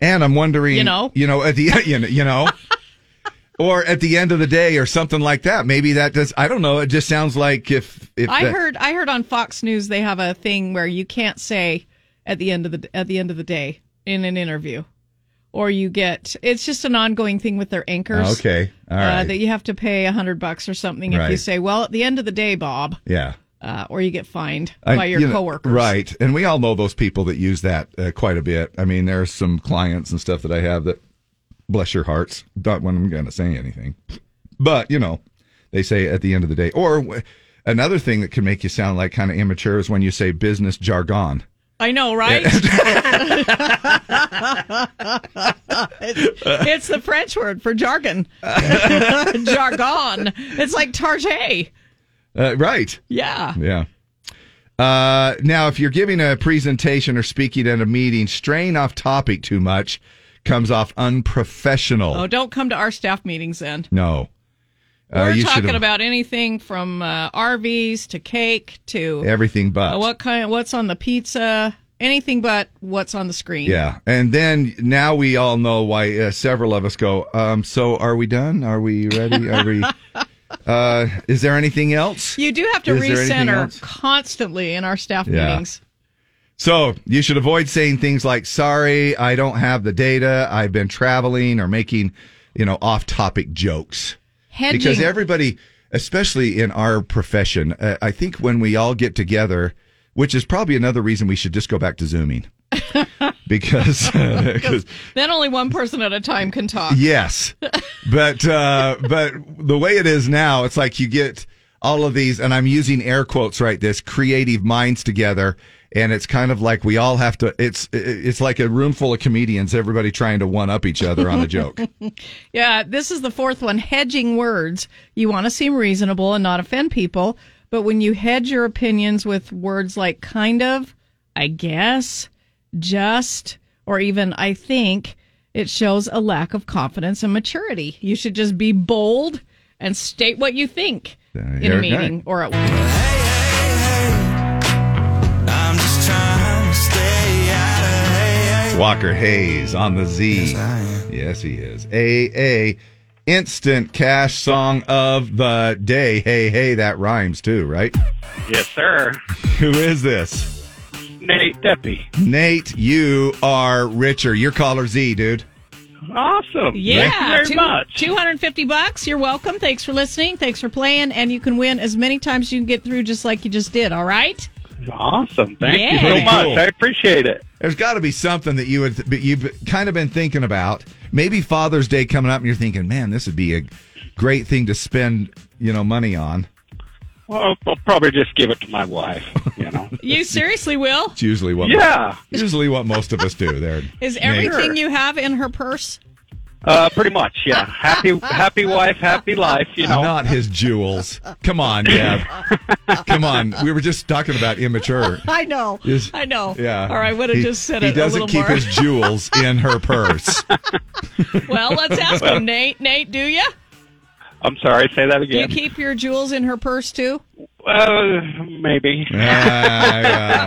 And I'm wondering, You know? you know, at the you know, you know or at the end of the day, or something like that. Maybe that does. I don't know. It just sounds like if if I that- heard I heard on Fox News they have a thing where you can't say at the end of the at the end of the day in an interview, or you get it's just an ongoing thing with their anchors. Oh, Okay. All right. uh, that you have to pay a hundred bucks or something if you Right. say, "Well, at the end of the day, Bob," yeah. uh, or you get fined I- by your you know, coworkers. right? And we all know those people that use that uh, quite a bit. I mean, there are some clients and stuff that I have that, bless your hearts, not when I'm going to say anything, but you know, they say at the end of the day. Or w- another thing that can make you sound like kind of immature is when you say business jargon. I know, right? it's, it's the French word for jargon. jargon. It's like target. Uh, right? Yeah. Yeah. Uh, now, if you're giving a presentation or speaking at a meeting, straying off topic too much comes off unprofessional. Oh, don't come to our staff meetings then. No. Uh, We're you should've- talking about anything from uh, RVs to cake to everything but. uh, what kind, what's on the pizza, anything but what's on the screen. Yeah, and then now we all know why uh, several of us go. Um, so are we done? Are we ready? Are we? Uh, is there anything else? You do have to Is there anything recenter else? constantly in our staff Yeah. meetings. So you should avoid saying things like "Sorry, I don't have the data. I've been traveling," or making, you know, off-topic jokes. Because Hedging. everybody, especially in our profession, uh, I think when we all get together, which is probably another reason we should just go back to zooming, because because Then only one person at a time can talk. Yes, but uh, but the way it is now, it's like you get all of these, and I'm using air quotes right. This creative minds together, and it's kind of like we all have to. It's it's like a room full of comedians, everybody trying to one up each other on a joke. Yeah, this is the fourth one hedging words. You want to seem reasonable and not offend people, but when you hedge your opinions with words like kind of, I guess, just, or even I think, it shows a lack of confidence and maturity. You should just be bold and state what you think in you're a right. meeting or at work. I'm just trying to stay out of hey, Walker Hayes on the Z. Yes, he is. AA instant cash song of the day. Hey, hey, that rhymes too, right? Yes, sir. Who is this? Nate Deppy. Nate, you are richer. You're caller Z, dude. Oh, Awesome. Yeah, Oh, Thank you very two- much. 250 bucks. You're welcome. Thanks for listening. Thanks for playing. And you can win as many times as you can get through, just like you just did. All right? Awesome. Thank you Yeah. so Pretty much. cool. I appreciate it. There's got to be something that you would that you've kind of been thinking about. Maybe Father's Day coming up, and you're thinking, man, this would be a great thing to spend, you know, money on. Well, I'll probably just give it to my wife. You know. You seriously will? It's usually what, Yeah. usually what most of us do. There Is Nate. everything you have in her purse? Uh, pretty much. Yeah. Happy, happy wife, happy life. You know. Not his jewels. Come on, Deb. Come on. We were just talking about immature. I know. Is- I know. Yeah. Oh, All right, would have He- just said He it a doesn't little keep more. his jewels in her purse. well, let's ask him, Nate. Nate, do you? I'm sorry. Say that Do you again. keep your jewels in her purse too? uh, maybe. Ah,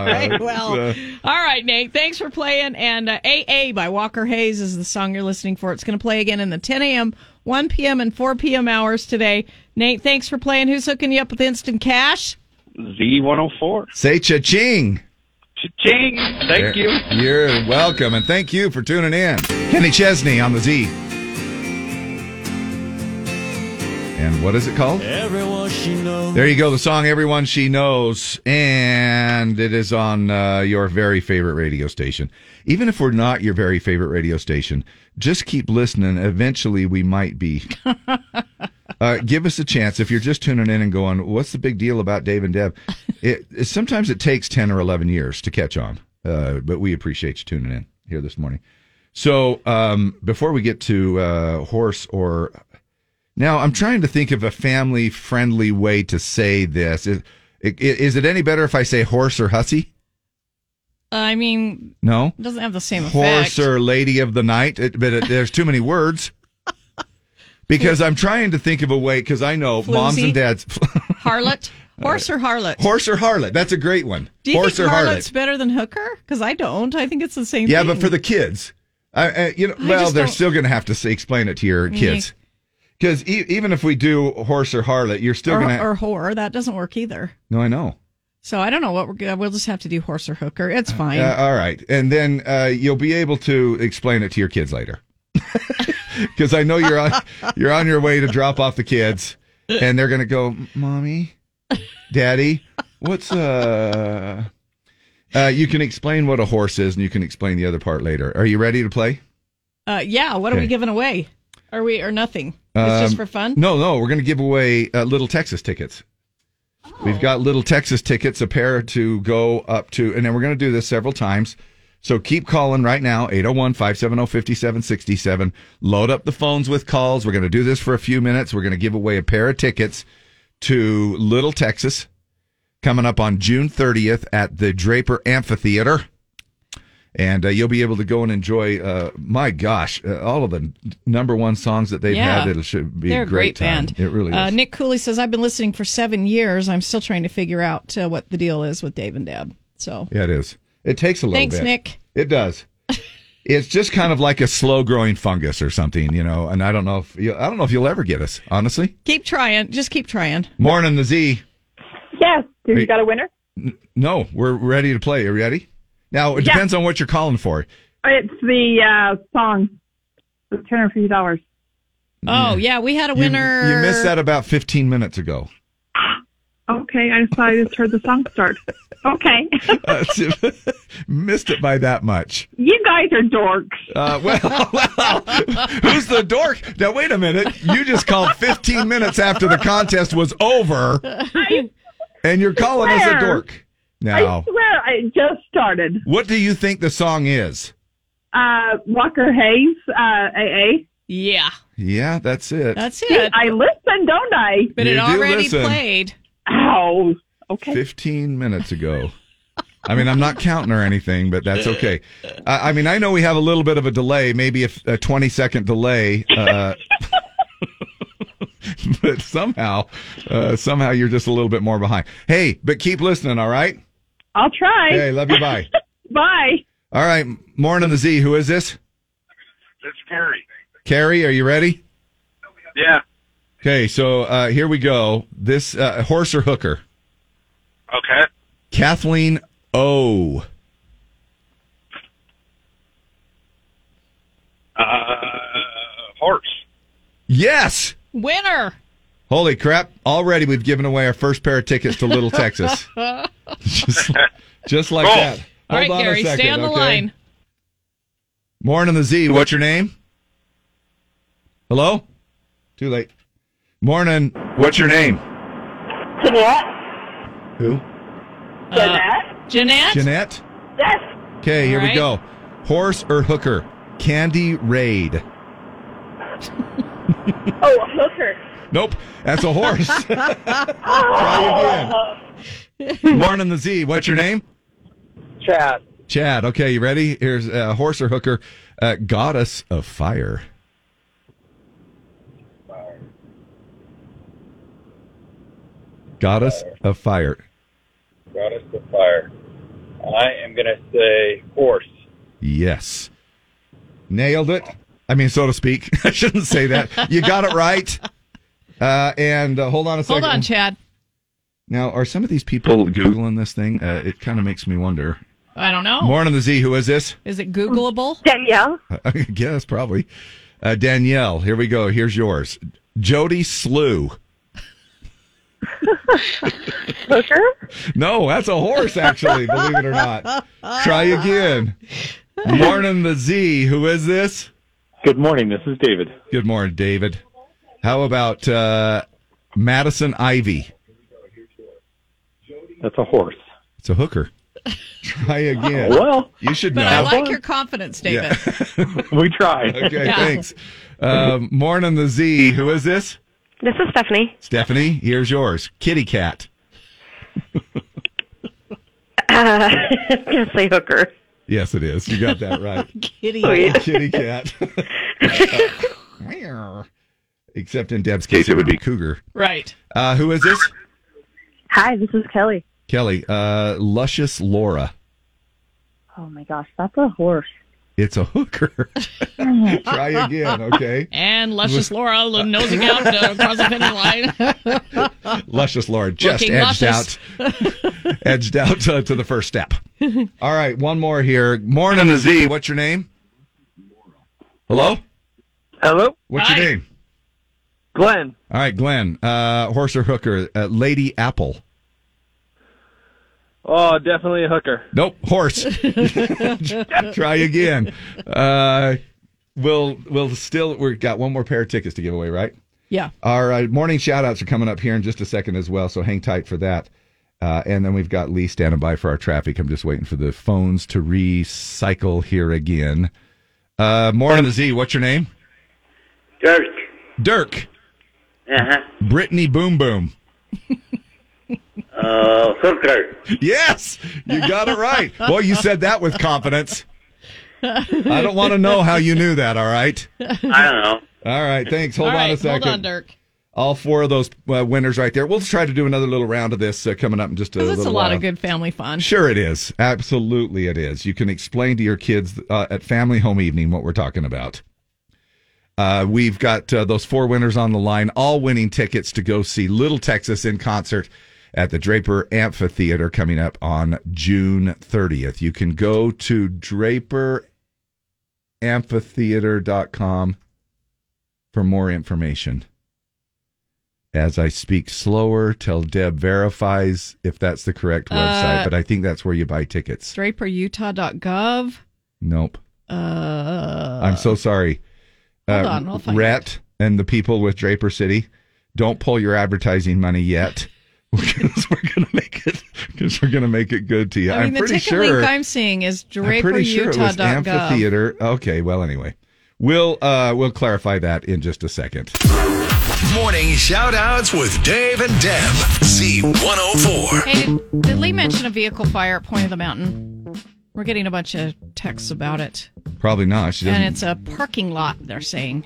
All right, well, Uh, all right, Nate. Thanks for playing. And uh, "AA" by Walker Hayes is the song you're listening for. It's going to play again in the 10 a.m., 1 p.m., and 4 p.m. hours today. Nate, thanks for playing. Who's hooking you up with instant cash? Z104. Say cha-ching. Ching. oh Thank you. You're welcome, and thank you for tuning in. Kenny Chesney on the Z. And what is it called? Everyone she knows. There you go, the song Everyone She Knows. And it is on uh, your very favorite radio station. Even if we're not your very favorite radio station, just keep listening. Eventually, we might be. Uh, give us a chance. If you're just tuning in and going, what's the big deal about Dave and Deb? It, it, sometimes it takes 10 or 11 years to catch on, uh, but we appreciate you tuning in here this morning. So um, before we get to uh, horse or now, I'm trying to think of a family friendly way to say this. Is, i- i- is it any better if I say horse or hussy? I mean, No, it doesn't have the same horse effect. or lady of the night. It, but it, there's too many words because I'm trying to think of a way. Because I know moms Floozy? and dads, harlot, horse or harlot. horse or harlot. That's a great one. Do you horse think or harlot's harlot. better than hooker? Because I don't. I think it's the same. Yeah, thing. but for the kids, I, I, you know, I well, just they're don't- still going to have to s explain it to your Yeah. kids. Because e- even if we do horse or harlot, you're still or, going to. or whore that doesn't work either. No, I know. So I don't know what we're gonna. We'll just have to do horse or hooker. It's fine. Uh, all right. And then uh, you'll be able to explain it to your kids later. Because I know you're on, you're on your way to drop off the kids, and they're going to go, Mommy, Daddy, what's uh, uh, you can explain what a horse is, and you can explain the other part later. Are you ready to play? Uh, yeah. What are we Okay. giving away? Are we or nothing? It's just Um, for fun. No, no, we're going to give away uh, Little Texas tickets. Oh. We've got Little Texas tickets, a pair to go up to, and then we're going to do this several times. So keep calling right now, 801 570 5767. Load up the phones with calls. We're going to do this for a few minutes. We're going to give away a pair of tickets to Little Texas coming up on June 30th at the Draper Amphitheater and uh, you'll be able to go and enjoy. Uh, my gosh, uh, all of the n- number one songs that they've Yeah. had. It should be They're a great, time. band. It really Uh, is. Nick Cooley says I've been listening for seven years. I'm still trying to figure out uh, what the deal is with Dave and Deb. So Yeah, it is. It takes a little Thanks, bit. Nick. It does. It's just kind of like a slow-growing fungus or something, you know. And I don't know if you, I don't know if you'll ever get us, honestly. keep trying. Just keep trying. Morning, the Z. Yes. Are you- You got a winner? N- No, we're ready to play. Are you ready? Now it Yeah. depends on what you're calling for. It's the uh, song. It's two hundred fifty dollars. Oh yeah, we had a You- winner. you missed that about 15 minutes ago. Okay, I just, I just heard the song start. Okay, Uh, missed it by that much. you guys are dorks. Uh, well, well, who's the dork? Now, wait a minute. You just called 15 minutes after the contest was over, I, and you're calling us a Where? dork. I Now, swear, I just started. what do you think the song is? Uh, Walker Hayes, uh, AA. Yeah, Yeah, that's it. I listen, don't I? But it You do already listen. played. Oh, okay. 15 minutes ago. I mean, I'm not counting or anything, but that's okay. I, I mean, I know we have a little bit of a delay, maybe a, f- a 20 second delay, uh, but somehow, uh, somehow you're just a little bit more behind. Hey, but keep listening, all right? I'll try. Hey, love you. Bye. Bye. All right, morning on the Z. Who is this? It's scary. Carrie, are you ready? Yeah. Okay, so uh, here we go. This uh, horse or hooker? Okay. Kathleen O. Uh, horse. Yes. Winner. Holy crap! Already we've given away our first pair of tickets to Little Texas, All just, just like Cool. that. right, on a Gary, stay second, on the okay? line. Morning on the Z. What's your name? Hello. Too late. Morning. What's your name? Jeanette. Who? Jeanette. Uh, Jeanette. Jeanette. Yes. Okay, here we All go. Horse or hooker? Candy Raid. Oh, hooker. Nope, that's a horse. Morning the Z. What's your name? Chad. Chad. Okay, you ready? Here's uh, horse or hooker. Uh, goddess of fire. Goddess of fire. Brought us to fire. I am going to say horse. Yes. Nailed it. I mean, so to speak. I shouldn't say that. You got it right. Uh, and uh, hold on a second. Hold on, Chad. Now, are some of these people Googling this thing? Uh, it kind of makes me wonder. I don't know. Morning, the Z. Who is this? Is it Googleable? Danielle. I guess probably. Uh, Danielle, here we go. Here's yours. Jody Slew. Hooker? No, that's a horse, actually, believe it or not. Try again. Morning, the Z. Who is this? Good morning. This is David. Good morning, David. How about uh, Madison Ivy? That's a horse. It's a hooker. Try again. Well, you should know. But I like your confidence, David. we try. Okay, Yeah. thanks. Um, morning, the Z. Who is this? This is Stephanie. Stephanie, here's yours. Kitty cat. Uh, I'm gonna say hooker. Yes, it is. You got that right. Kitty. Kitty cat. Except in Deb's case, it would be cougar. Right. Uh, who is this? Hi, this is Kelly. Kelly. Uh, Luscious Laura. Oh my gosh, that's a horse. It's a hooker. Try again, okay? And luscious Laura nosing out uh, across the finish line. Luscious Laura just Looking edged luscious. out, edged out uh, to the first step. All right, one more here. Morning, the Z. What's your name? Hello. Hello. What's your name? Glenn. All right, Glenn. Uh, horse or hooker? Uh, Lady Apple. Oh, definitely a hooker. Nope, horse. Try again. Uh, we'll we'll still we've got one more pair of tickets to give away, right? Yeah. Our uh, morning shout outs are coming up here in just a second as well, so hang tight for that. Uh, and then we've got Lee standing by for our traffic. I'm just waiting for the phones to recycle here again. Uh, morning, Z. What's your name? Dirt. Dirk. Uh-huh. Brittany Boom Boom. Uh, hooker. Yes, you got it right. Boy, you said that with confidence. I don't want to know how you knew that, all right? I don't know. All right, thanks. Hold All on a right, second. Hold on, Dirk. All four of those uh, winners right there. We'll try to do another little round of this uh, coming up in just a Because little it's a lot while. of good family fun. Sure, it is. Absolutely, it is. You can explain to your kids uh, at family home evening what we're talking about. Uh, we've got uh, those four winners on the line, all winning tickets to go see Little Texas in concert at the Draper Amphitheater coming up on June 30th. You can go to draperamphitheater.com for more information. As I speak slower, till Deb verifies if that's the correct website, Uh, but I think that's where you buy tickets. DraperUtah.gov. Nope. Uh, I'm so sorry. Uh, Hold on, we'll find Rhett and the people with Draper City, don't pull your advertising money yet. Because we're gonna make it good to you. I mean, am the pretty ticket sure. link I'm seeing is I'm pretty sure it was DraperUtah.gov. amphitheater. Okay. Well, anyway, we'll uh, we'll clarify that in just a second. Morning shout outs with Dave and Deb. Z104. Hey, did, did Lee mention a vehicle fire at Point of the Mountain? We're getting a bunch of texts about it. Probably not. She doesn't. And it's a parking lot, they're saying.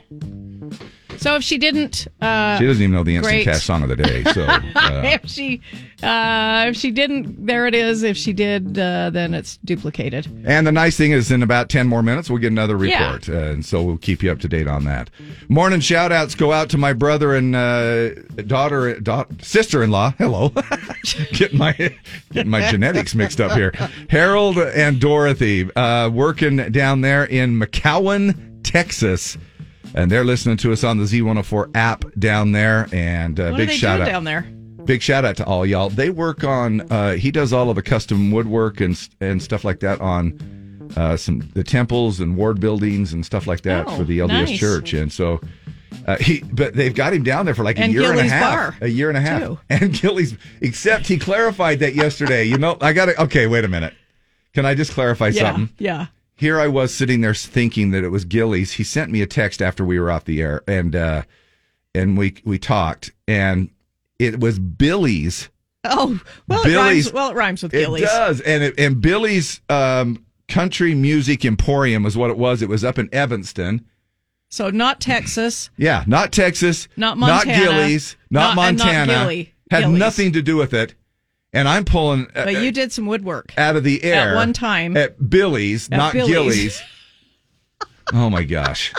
So if she didn't. Uh, she doesn't even know the instant great. cast song of the day. So uh, if she uh, if she didn't, there it is. If she did, uh, then it's duplicated. And the nice thing is, in about 10 more minutes, we'll get another Yeah. report. Uh, and so we'll keep you up to date on that. Morning shout outs go out to my brother and uh, daughter, da- sister in law. Hello. getting, my, getting my genetics mixed up here. Harold and Dorothy uh, working down there in McCowan, Texas. And they're listening to us on the Z104 app down there. And uh, what big are they shout doing out. down there? Big shout out to all y'all. They work on. Uh, he does all of the custom woodwork and and stuff like that on uh, some the temples and ward buildings and stuff like that Oh, for the LDS nice. Church. And so uh, he, but they've got him down there for like a And year and a Gilly's half, a Bar, year and a half, too. and Gilly's. Except he clarified that yesterday. you know, I got to Okay, wait a minute. Can I just clarify yeah, something? yeah. Here I was sitting there thinking that it was Gillies. He sent me a text after we were off the air, and uh, and we we talked, and it was Billy's. Oh, well, it Billy's- rhymes, well, it rhymes with It Gillies. does, and it, and Billy's um, Country Music Emporium is what it was. It was up in Evanston. So not Texas. Yeah, not Texas, Not Montana, not Gillies, not, not- and not Montana. Gilly- had Gillies. nothing to do with it, and I'm pulling uh, But you did some woodwork. out of the air At one time. at Billy's, At not Billy's. Gillies. oh my gosh!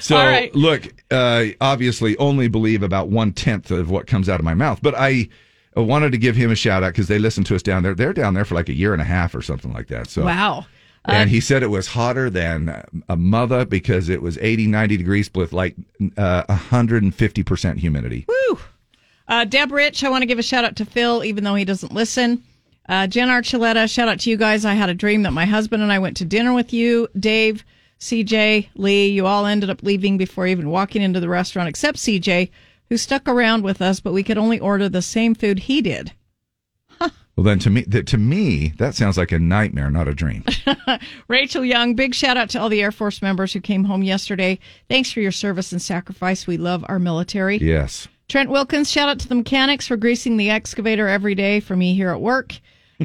So All right. look, uh, obviously, only believe about one tenth of what comes out of my mouth. But I uh, wanted to give him a shout out because they listen to us down there. They're down there for like a year and a half or something like that. So Wow. Uh, and he said it was hotter than a mother because it was 80, 90 degrees with like uh, 150% humidity. Uh, Deb Rich, I want to give a shout out to Phil, even though he doesn't listen. Uh, Jen Archuleta, shout out to you guys. I had a dream that my husband and I went to dinner with you, Dave, CJ, Lee. You all ended up leaving before even walking into the restaurant, except CJ, who stuck around with us, but we could only order the same food he did. Well, then to me, that to me, that sounds like a nightmare, not a dream. Rachel Young, big shout out to all the Air Force members who came home yesterday. Thanks for your service and sacrifice. We love our military. yes. Trent Wilkins, shout out to the mechanics for greasing the excavator every day for me here at work.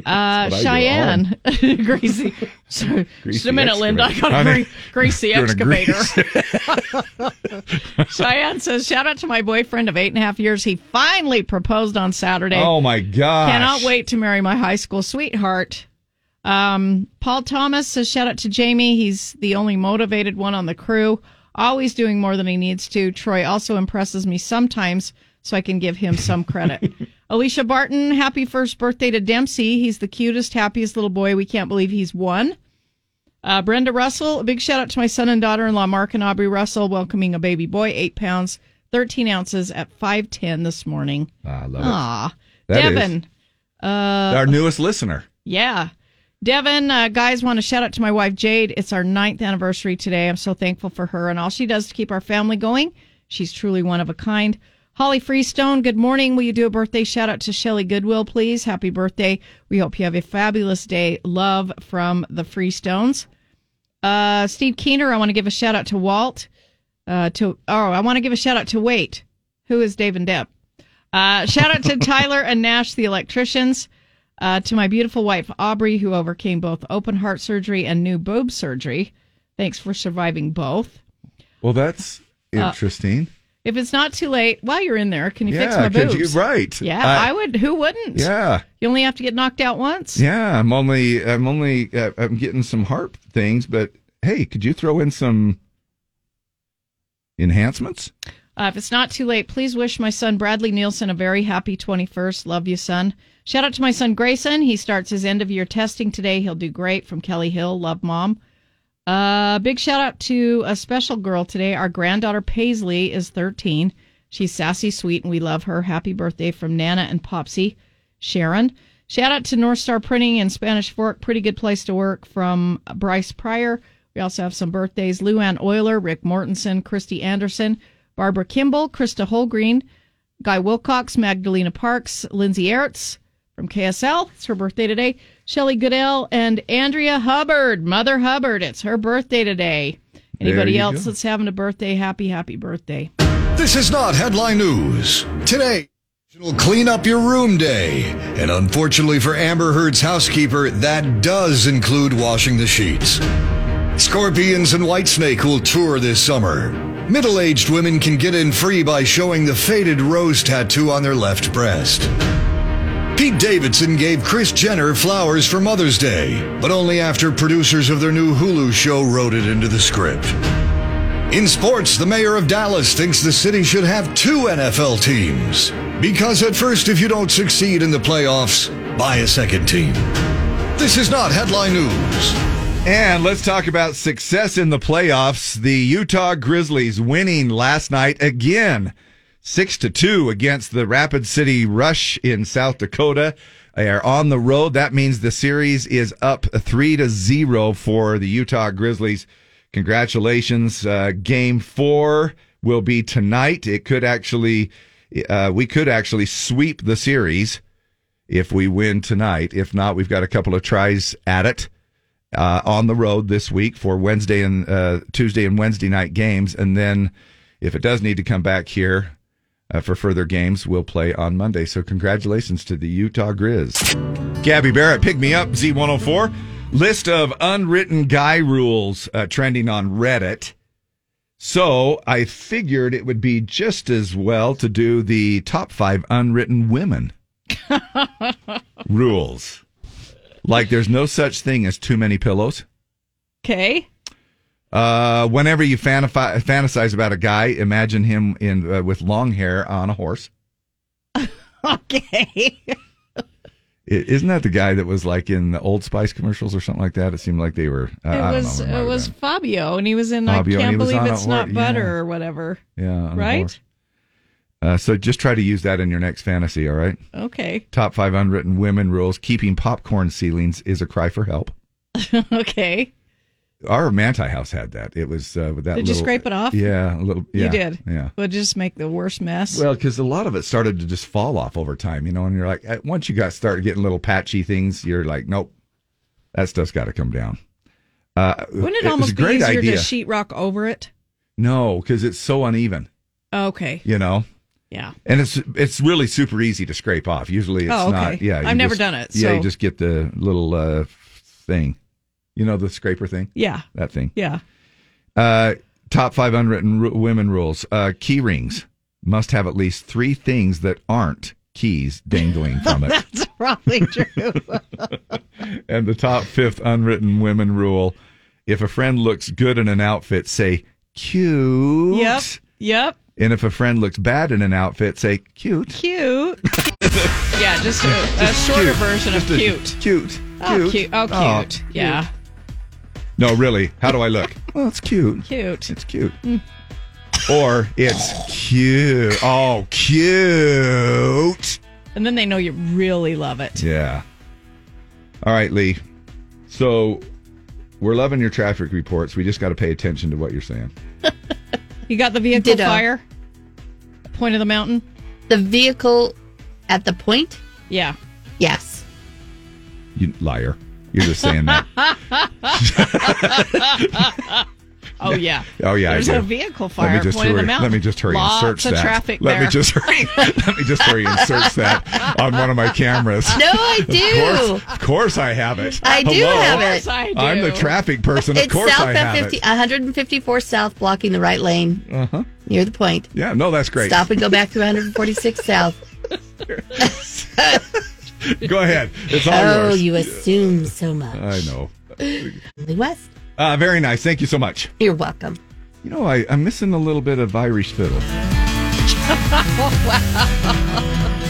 Uh, That's what I do Cheyenne, greasy. Sorry, Grease just a the minute, Linda. I excavator. got to I mean, gre- grease the you're gonna excavator. grease. Cheyenne says, shout out to my boyfriend of eight and a half years. He finally proposed on Saturday. Oh my gosh. Cannot wait to marry my high school sweetheart. Um, Paul Thomas says, shout out to Jamie. He's the only motivated one on the crew, always doing more than he needs to. Troy also impresses me sometimes, so I can give him some credit. Alicia Barton, happy first birthday to Dempsey. He's the cutest, happiest little boy. We can't believe he's one. Uh, Brenda Russell, a big shout out to my son and daughter in law, Mark and Aubrey Russell, welcoming a baby boy, eight pounds, 13 ounces at 510 this morning. Ah, I love it. Aw. That is- Devin. Uh, Our newest listener. yeah. Devin, uh, guys, want to shout out to my wife, Jade. It's our ninth anniversary today. I'm so thankful for her and all she does to keep our family going. She's truly one of a kind. Holly Freestone, good morning. Will you do a birthday shout out to Shelly Goodwill, please? Happy birthday. We hope you have a fabulous day. Love from the Freestones. Uh, Steve Keener, I want to give a shout out to Walt. Uh, to oh, I want to give a shout out to Wait, who is Dave and Deb. Uh, shout out to Tyler and Nash, the electricians. Uh, to my beautiful wife Aubrey, who overcame both open heart surgery and new boob surgery. Thanks for surviving both. Well, that's Uh, interesting. If it's not too late, while you're in there, can you fix Yeah, my could boobs? you- right. Yeah, I- I would. Who wouldn't? yeah. You only have to get knocked out once. Yeah, I'm only I'm only uh, I'm getting some harp things, but hey, could you throw in some enhancements? Uh, if it's not too late, please wish my son Bradley Nielsen a very happy 21st. Love you, son. Shout out to my son Grayson. He starts his end of year testing today. He'll do great from Kelly Hill. Love mom. Uh, big shout out to a special girl today. Our granddaughter Paisley is 13. She's sassy, sweet, and we love her. Happy birthday from Nana and Popsy. Sharon. Shout out to North Star Printing in Spanish Fork. Pretty good place to work from Bryce Pryor. We also have some birthdays Luann Euler, Rick Mortensen, Christy Anderson, Barbara Kimball, Krista Holgreen, Guy Wilcox, Magdalena Parks, Lindsay Ertz from KSL. It's her birthday today. Shelley Goodell and Andrea Hubbard, Mother Hubbard. It's her birthday today. There Anybody you else go. that's having a birthday, happy, happy birthday. This is not headline news. Today, National Clean Up Your Room Day. And unfortunately for Amber Heard's housekeeper, that does include washing the sheets. Scorpions and Whitesnake will tour this summer. Middle aged women can get in free by showing the faded rose tattoo on their left breast. Pete Davidson gave Chris Jenner flowers for Mother's Day, but only after producers of their new Hulu show wrote it into the script. In sports, the mayor of Dallas thinks the city should have two NFL teams. Because at first, if you don't succeed in the playoffs, buy a second team. This is not headline news. And let's talk about success in the playoffs. The Utah Grizzlies winning last night again, six to two against the Rapid City Rush in South Dakota. They are on the road. That means the series is up three to zero for the Utah Grizzlies. Congratulations. Uh, game four will be tonight. It could actually, uh, we could actually sweep the series if we win tonight. If not, we've got a couple of tries at it uh, on the road this week for Wednesday and uh, Tuesday and Wednesday night games. And then if it does need to come back here uh, for further games, we'll play on Monday. So congratulations to the Utah Grizz. Gabby Barrett, pick me up, Z104. List of unwritten guy rules uh, trending on Reddit. So I figured it would be just as well to do the top five unwritten women rules. Like there's no such thing as too many pillows. Okay. Uh, whenever you fantasize, fantasize about a guy, imagine him in uh, with long hair on a horse. Okay. I- Isn't that the guy that was like in the Old Spice commercials or something like that? It seemed like they were. Uh, I, I it don't was uh, know. it was Fabio, and he was in Fabio, I and he can't was believe on a it's not hor- butter yeah. or whatever. Yeah, on the right? horse. Uh, so just try to use that in your next fantasy. All right. Okay, Top five unwritten women rules: keeping popcorn ceilings is a cry for help. okay. Our Manti house had that. It was uh, with that. Did you little- scrape it off? Yeah, a little. Yeah, you did. Yeah. Would just make the worst mess. Well, because a lot of it started to just fall off over time, you know. And you're like, eh, once you got started getting little patchy things, you're like, nope, that stuff's got to come down. Uh, Wouldn't it, was almost a great be easier idea. to sheetrock over it? no, because it's so uneven, Okay. you know. Yeah. And it's it's really super easy to scrape off. Usually, it's Oh, okay. not. Yeah, you I've never just- done it, Yeah, you so- just get the little uh, thing, you know, the scraper thing. Yeah. that thing. Yeah. Uh, top five unwritten ru- women rules. Uh, key rings must have at least three things that aren't keys dangling from it. That's probably true. and the top fifth unwritten women rule if a friend looks good in an outfit, say cute. yep. Yep. And if a friend looks bad in an outfit, say cute. Cute. yeah, just a, a shorter cute. version of Just a- cute. Cute. Oh, Cute. cute. Oh, Oh, cute. yeah. No, really. How do I look? Well, it's cute. Cute. It's cute. Or it's cute. Oh, cute. And then they know you really love it. Yeah. All right, Lee. So we're loving your traffic reports. We just got to pay attention to what you're saying. You got the vehicle fire? Point of the mountain? The vehicle at the point? Yeah. Yes. You liar. You're just saying that. oh yeah. Oh yeah, There's I do. a vehicle fire. Let me just point hurry. Of the mountain. Let me just hurry Lots and search of that. traffic let there. me just hurry. let me just hurry and search that on one of my cameras. No, I do. Of course, of course I have it. I do Hello? have it. Of course I do. I'm the traffic person. of it's course south I have at 50, 154 South, blocking the right lane it. Uh huh. near the point. Yeah. No, that's great. Stop and go back to 146 South. Go ahead. It's all oh, yours. you assume so much. I know. The West. Uh, very nice. Thank you so much. You're welcome. You know, I, I'm missing a little bit of Irish fiddle.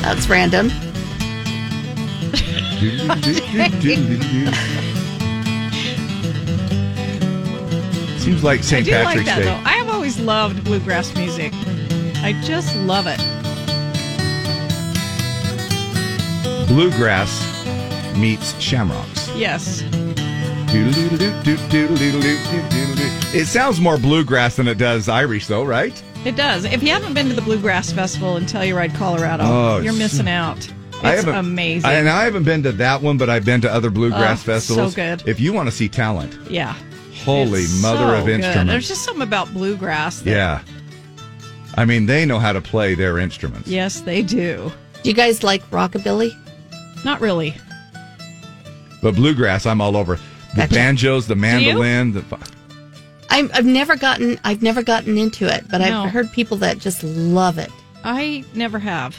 That's random. Seems like I St. do Patrick's like that Day. though. I have always loved bluegrass music. I just love it. Bluegrass meets shamrocks. Yes. It sounds more bluegrass than it does Irish, though, right? It does. If you haven't been to the Bluegrass Festival in Telluride, Colorado, Oh, you're it's- missing out. It's haven't- amazing. I- and I haven't been to that one, but I've been to other bluegrass Oh, festivals. so good. If you want to see talent, yeah. holy It's mother so of good. instrument. There's just something about bluegrass. That, yeah. I mean, they know how to play their instruments. Yes, they do. Do you guys like rockabilly? Not really. But bluegrass, I'm all over. The banjos, the mandolin, the fu- I'm, I've never gotten. I've never gotten into it, but No. I've heard people that just love it. I never have.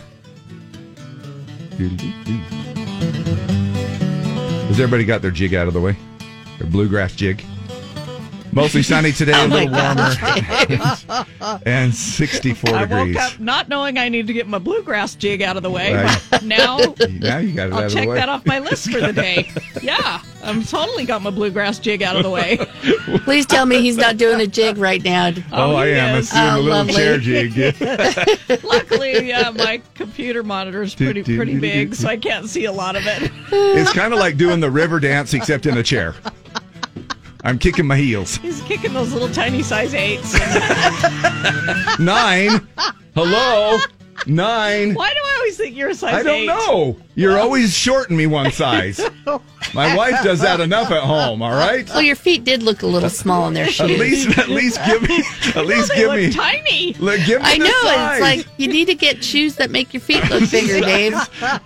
Has everybody got their jig out of the way? Their bluegrass jig? Mostly sunny today, Oh a little my warmer. gosh. and 64 I degrees. woke up not knowing I need to get my bluegrass jig out of the way. Right. but Now Now you got it out I'll of the check way. that off my list for the day. Yeah, I'm totally got my bluegrass jig out of the way. Please tell me he's not doing a jig right now. Oh, I am. It's doing a Oh, little lovely. chair jig. Luckily, yeah, my computer monitor is pretty pretty big, so I can't see a lot of it. it's kind of like doing the river dance, except in a chair. I'm kicking my heels. He's kicking those little tiny size eights. Nine. Hello. Nine. Why do I always think you're a size I don't eight? know. You're always shorting me one size. My wife does that enough at home, all right? Well, your feet did look a little small in their shoes. At least, at least give me, at least give me, tiny. Look, give me I the know. size. It's like you need to get shoes that make your feet look bigger, Dave.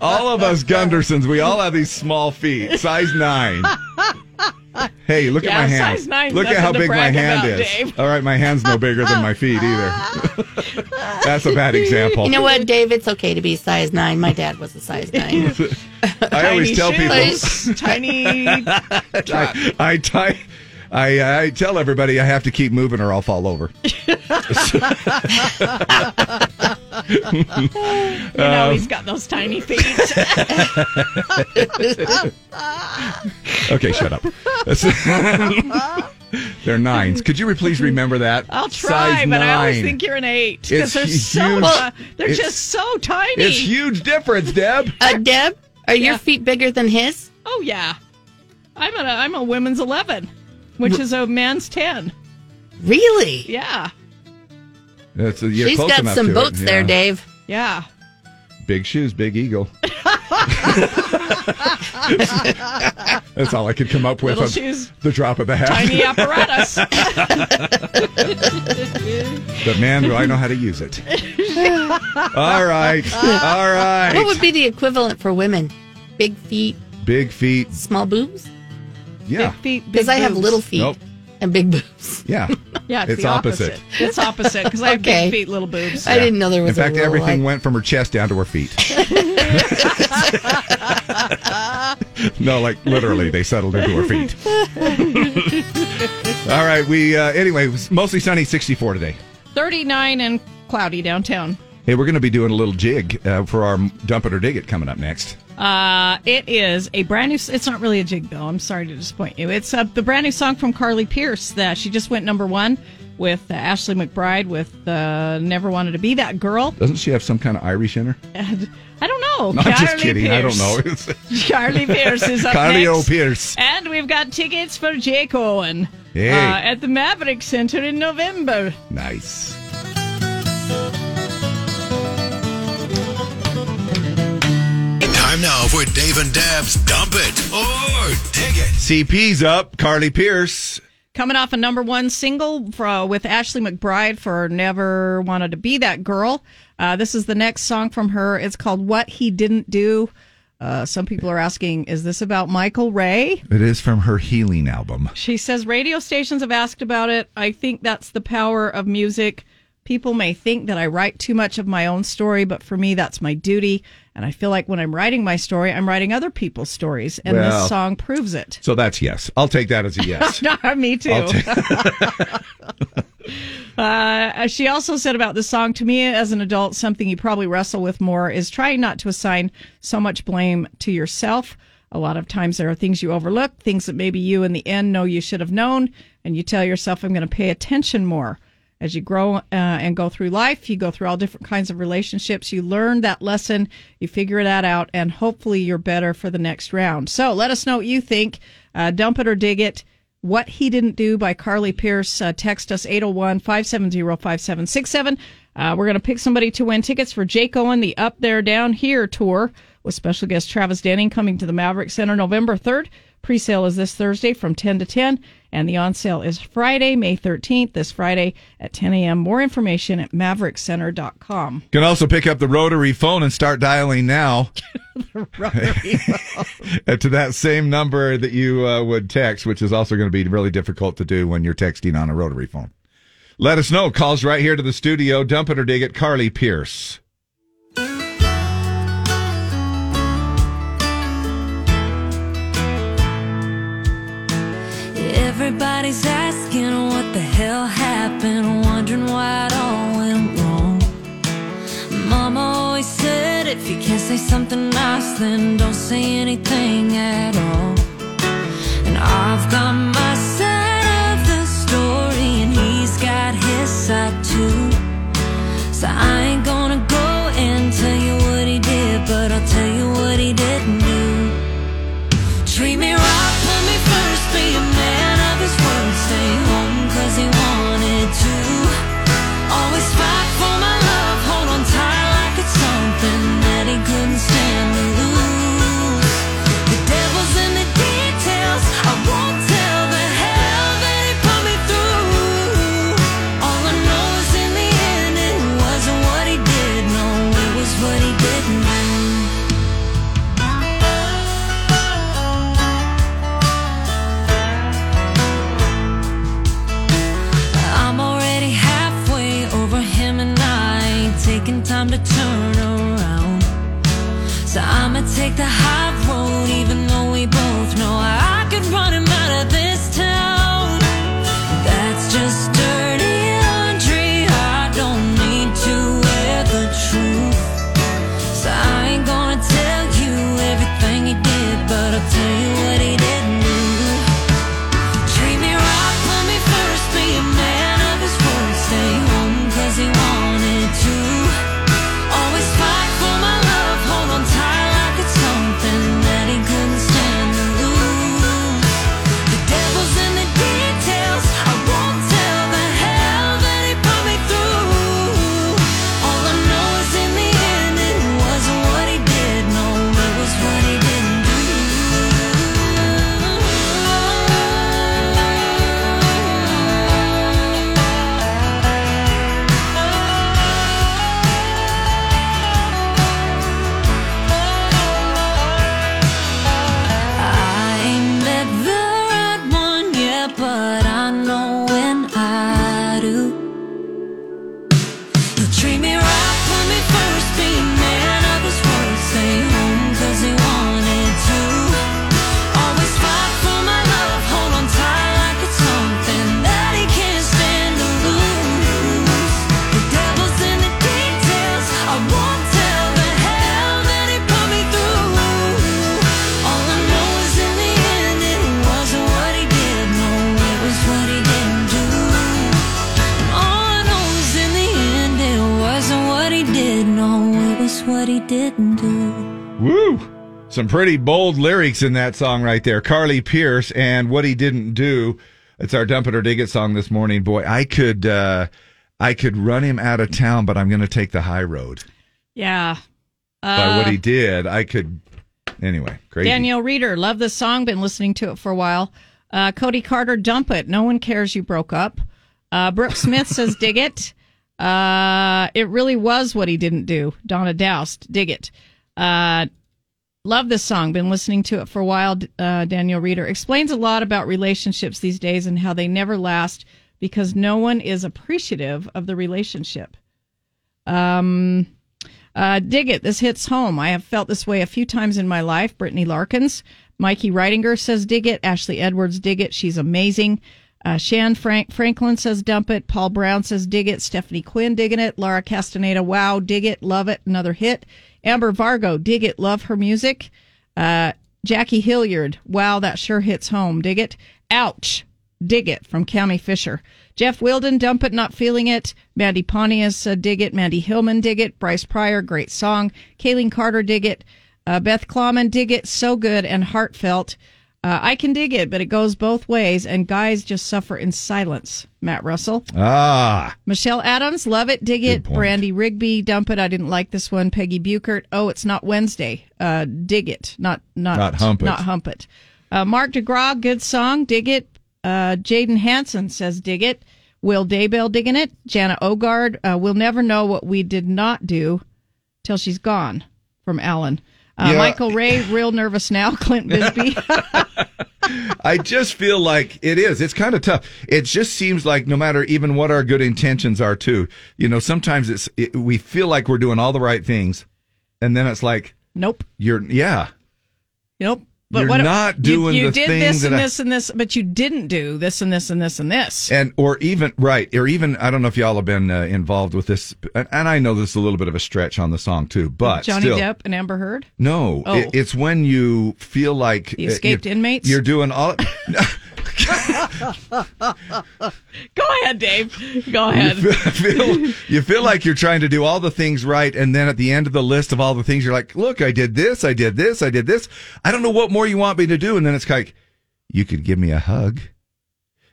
all of us Gundersons, we all have these small feet, size nine. Hey, look Yeah, at my hand. size nine's look at nothing how to big my brag hand is. about, Oh, Dave. All right, my hand's no bigger than my feet either. That's a bad example. You know what, Dave? It's okay to be size nine. My dad was a size nine. I always tell people shoes, tiny. I, I tie I, I tell everybody I have to keep moving or I'll fall over. you know, Uh, he's got those tiny feet. Okay, shut up. They're nines. Could you please remember that? I'll try, Size but I always nine. think you're an eight It's because they're so huge. ti- they're It's- just so tiny. It's huge difference, Deb. Uh, Deb, are your feet bigger than his? Oh yeah, I'm a I'm a women's eleven, which is a man's ten. Really? Yeah. That's you're She's close got enough some to it, boots there, yeah. Dave. Yeah. Big shoes, big eagle. That's all I could come up with. Little on shoes. The drop of the hat. Tiny apparatus. but man, do I know how to use it. All right. All right. What would be the equivalent for women? Big feet, Big feet. small boobs? Yeah. feet. Because I have little feet Nope. and big boobs. Yeah. Yeah, It's opposite. It's opposite because I have Okay. big feet, little boobs. I didn't know there was In fact, a rule everything like- went from her chest down to her feet. no, like literally, they settled into her feet. All right. We uh, anyway, it was mostly sunny, 64 today. Thirty-nine and cloudy downtown. Hey, we're going to be doing a little jig uh, for our dump it or dig it coming up next. Uh, it is a brand new. It's not really a jig bill. I'm sorry to disappoint you. It's uh, the brand new song from Carly Pierce that she just went number one with uh, Ashley McBride with uh, "Never Wanted to Be That Girl." Doesn't she have some kind of Irish in her? And I don't know. No, I'm just Carly kidding. I don't know. Oh, Pierce. Carly Pierce is up Carly next. O. Pierce. And we've got tickets for Jake Owen Hey. uh, at the Maverick Center in November. Nice. Time now for Dave and Dab's Dump It or Dig It. CP's up. Carly Pierce. Coming off a number one single for, uh, with Ashley McBride for Never Wanted to Be That Girl. Uh, this is the next song from her. It's called What He Didn't Do. Uh, some people are asking, is this about Michael Ray? It is from her healing album. She says radio stations have asked about it. I think that's the power of music. People may think that I write too much of my own story, but for me, that's my duty. And I feel like when I'm writing my story, I'm writing other people's stories. And Well. this song proves it. So that's yes. I'll take that as a yes. No, me too. I'll take- uh, she also said about the song to me as an adult, something you probably wrestle with more is trying not to assign so much blame to yourself. A lot of times there are things you overlook, things that maybe you in the end know you should have known, and you tell yourself, I'm going to pay attention more. As you grow uh, and go through life, you go through all different kinds of relationships. You learn that lesson, you figure that out, and hopefully you're better for the next round. So let us know what you think. Uh, dump it or dig it. What He Didn't Do by Carly Pierce. Uh, text us 801 570 5767. Uh, We're going to pick somebody to win tickets for Jake Owen, the Up There Down Here tour with special guest Travis Denning coming to the Maverick Center November 3rd. Pre sale is this Thursday from 10 to 10, and the on sale is Friday, May 13th, this Friday at 10 a.m. More information at maverickcenter.com. Can also pick up the rotary phone and start dialing now to that same number that you uh, would text, which is also going to be really difficult to do when you're texting on a rotary phone. Let us know. Calls right here to the studio. Dump it or dig it. Carly Pierce. Everybody's asking what the hell happened, wondering why it all went wrong. Mama always said if you can't say something nice, then don't say anything at all. And I've got my side of the story, and he's got his side too. So I ain't gonna go and tell you what he did, but I'll tell you what he didn't do. Treat me right, put me first, be a man of his word. Stay home 'cause he wanted to. Always fight for my love, hold on tight like it's something that he couldn't stand to lose. The devil's in the details, I won't tell the hell that he put me through. All I know is in the end, it wasn't what he did, no, it was what he didn't do. I'm already halfway over him and I ain't taking time to turn around. So I'ma take the high road even though we both know I could run him out of this town. didn't do. Woo! Some pretty bold lyrics in that song right there. Carly Pierce and What He Didn't Do. It's our Dump It or Dig It song this morning. Boy, I could uh I could run him out of town, but I'm gonna take the high road. Yeah. By Uh, what he did, I could anyway, crazy. Danielle Reeder, love this song. Been listening to it for a while. Uh, Cody Carter, dump it. No one cares you broke up. Uh, Brooke Smith says, dig it. Uh, it really was what he didn't do. Donna Doust, dig it. Uh, love this song. Been listening to it for a while. Uh, Danielle Reeder explains a lot about relationships these days and how they never last because no one is appreciative of the relationship. Um, uh, dig it. This hits home. I have felt this way a few times in my life. Brittany Larkins. Mikey Reitinger says dig it. Ashley Edwards dig it. She's amazing. Uh, Shan Frank Franklin says dump it. Paul Brown says dig it. Stephanie Quinn digging it. Laura Castaneda. Wow. Dig it. Love it. Another hit. Amber Vargo. Dig it. Love her music. Uh, Jackie Hilliard. Wow. That sure hits home. Dig it. Ouch. Dig It from County Fisher. Jeff Wilden, Dump It, Not Feeling It. Mandy Pontius, uh, Dig It. Mandy Hillman, Dig It. Bryce Pryor, great song. Kayleen Carter, Dig It. Uh, Beth Klommen, Dig It. So good and heartfelt. Uh, I can dig it, but it goes both ways, and guys just suffer in silence. Matt Russell. Ah. Michelle Adams, love it, dig it. Brandy Rigby, dump it. I didn't like this one. Peggy Buchert, oh, it's not Wednesday. Uh, dig it, not not Not hump it. Not hump it. Uh, Mark DeGraw, good song, dig it. Uh, Jaden Hanson says dig it. Will Daybell digging it. Jana Ogard, uh, we'll never know what we did not do till she's gone. From Alan. Uh, Yeah. Michael Ray, real nervous now. Clint Bisbee. I just feel like it is. It's kind of tough. It just seems like no matter even what our good intentions are, too. You know, sometimes it's it, we feel like we're doing all the right things, and then it's like, nope, you're yeah, Nope. But You're what, not you- doing you, the did thing this and that I- this and this, but you didn't do this and this and this and this. and or even right, or even I don't know if y'all have been uh, involved with this, and, and I know this is a little bit of a stretch on the song too, but Johnny still, Depp and Amber Heard. No, Oh. it, it's when you feel like The uh, you- escaped inmates? You're doing all. Go ahead, Dave. Go ahead. You feel, feel- you feel like you're trying to do all the things right, and then at the end of the list of all the things, you're like, "Look, I did this, I did this, I did this. I don't know what more you want me to do." And then it's like, "You could give me a hug,"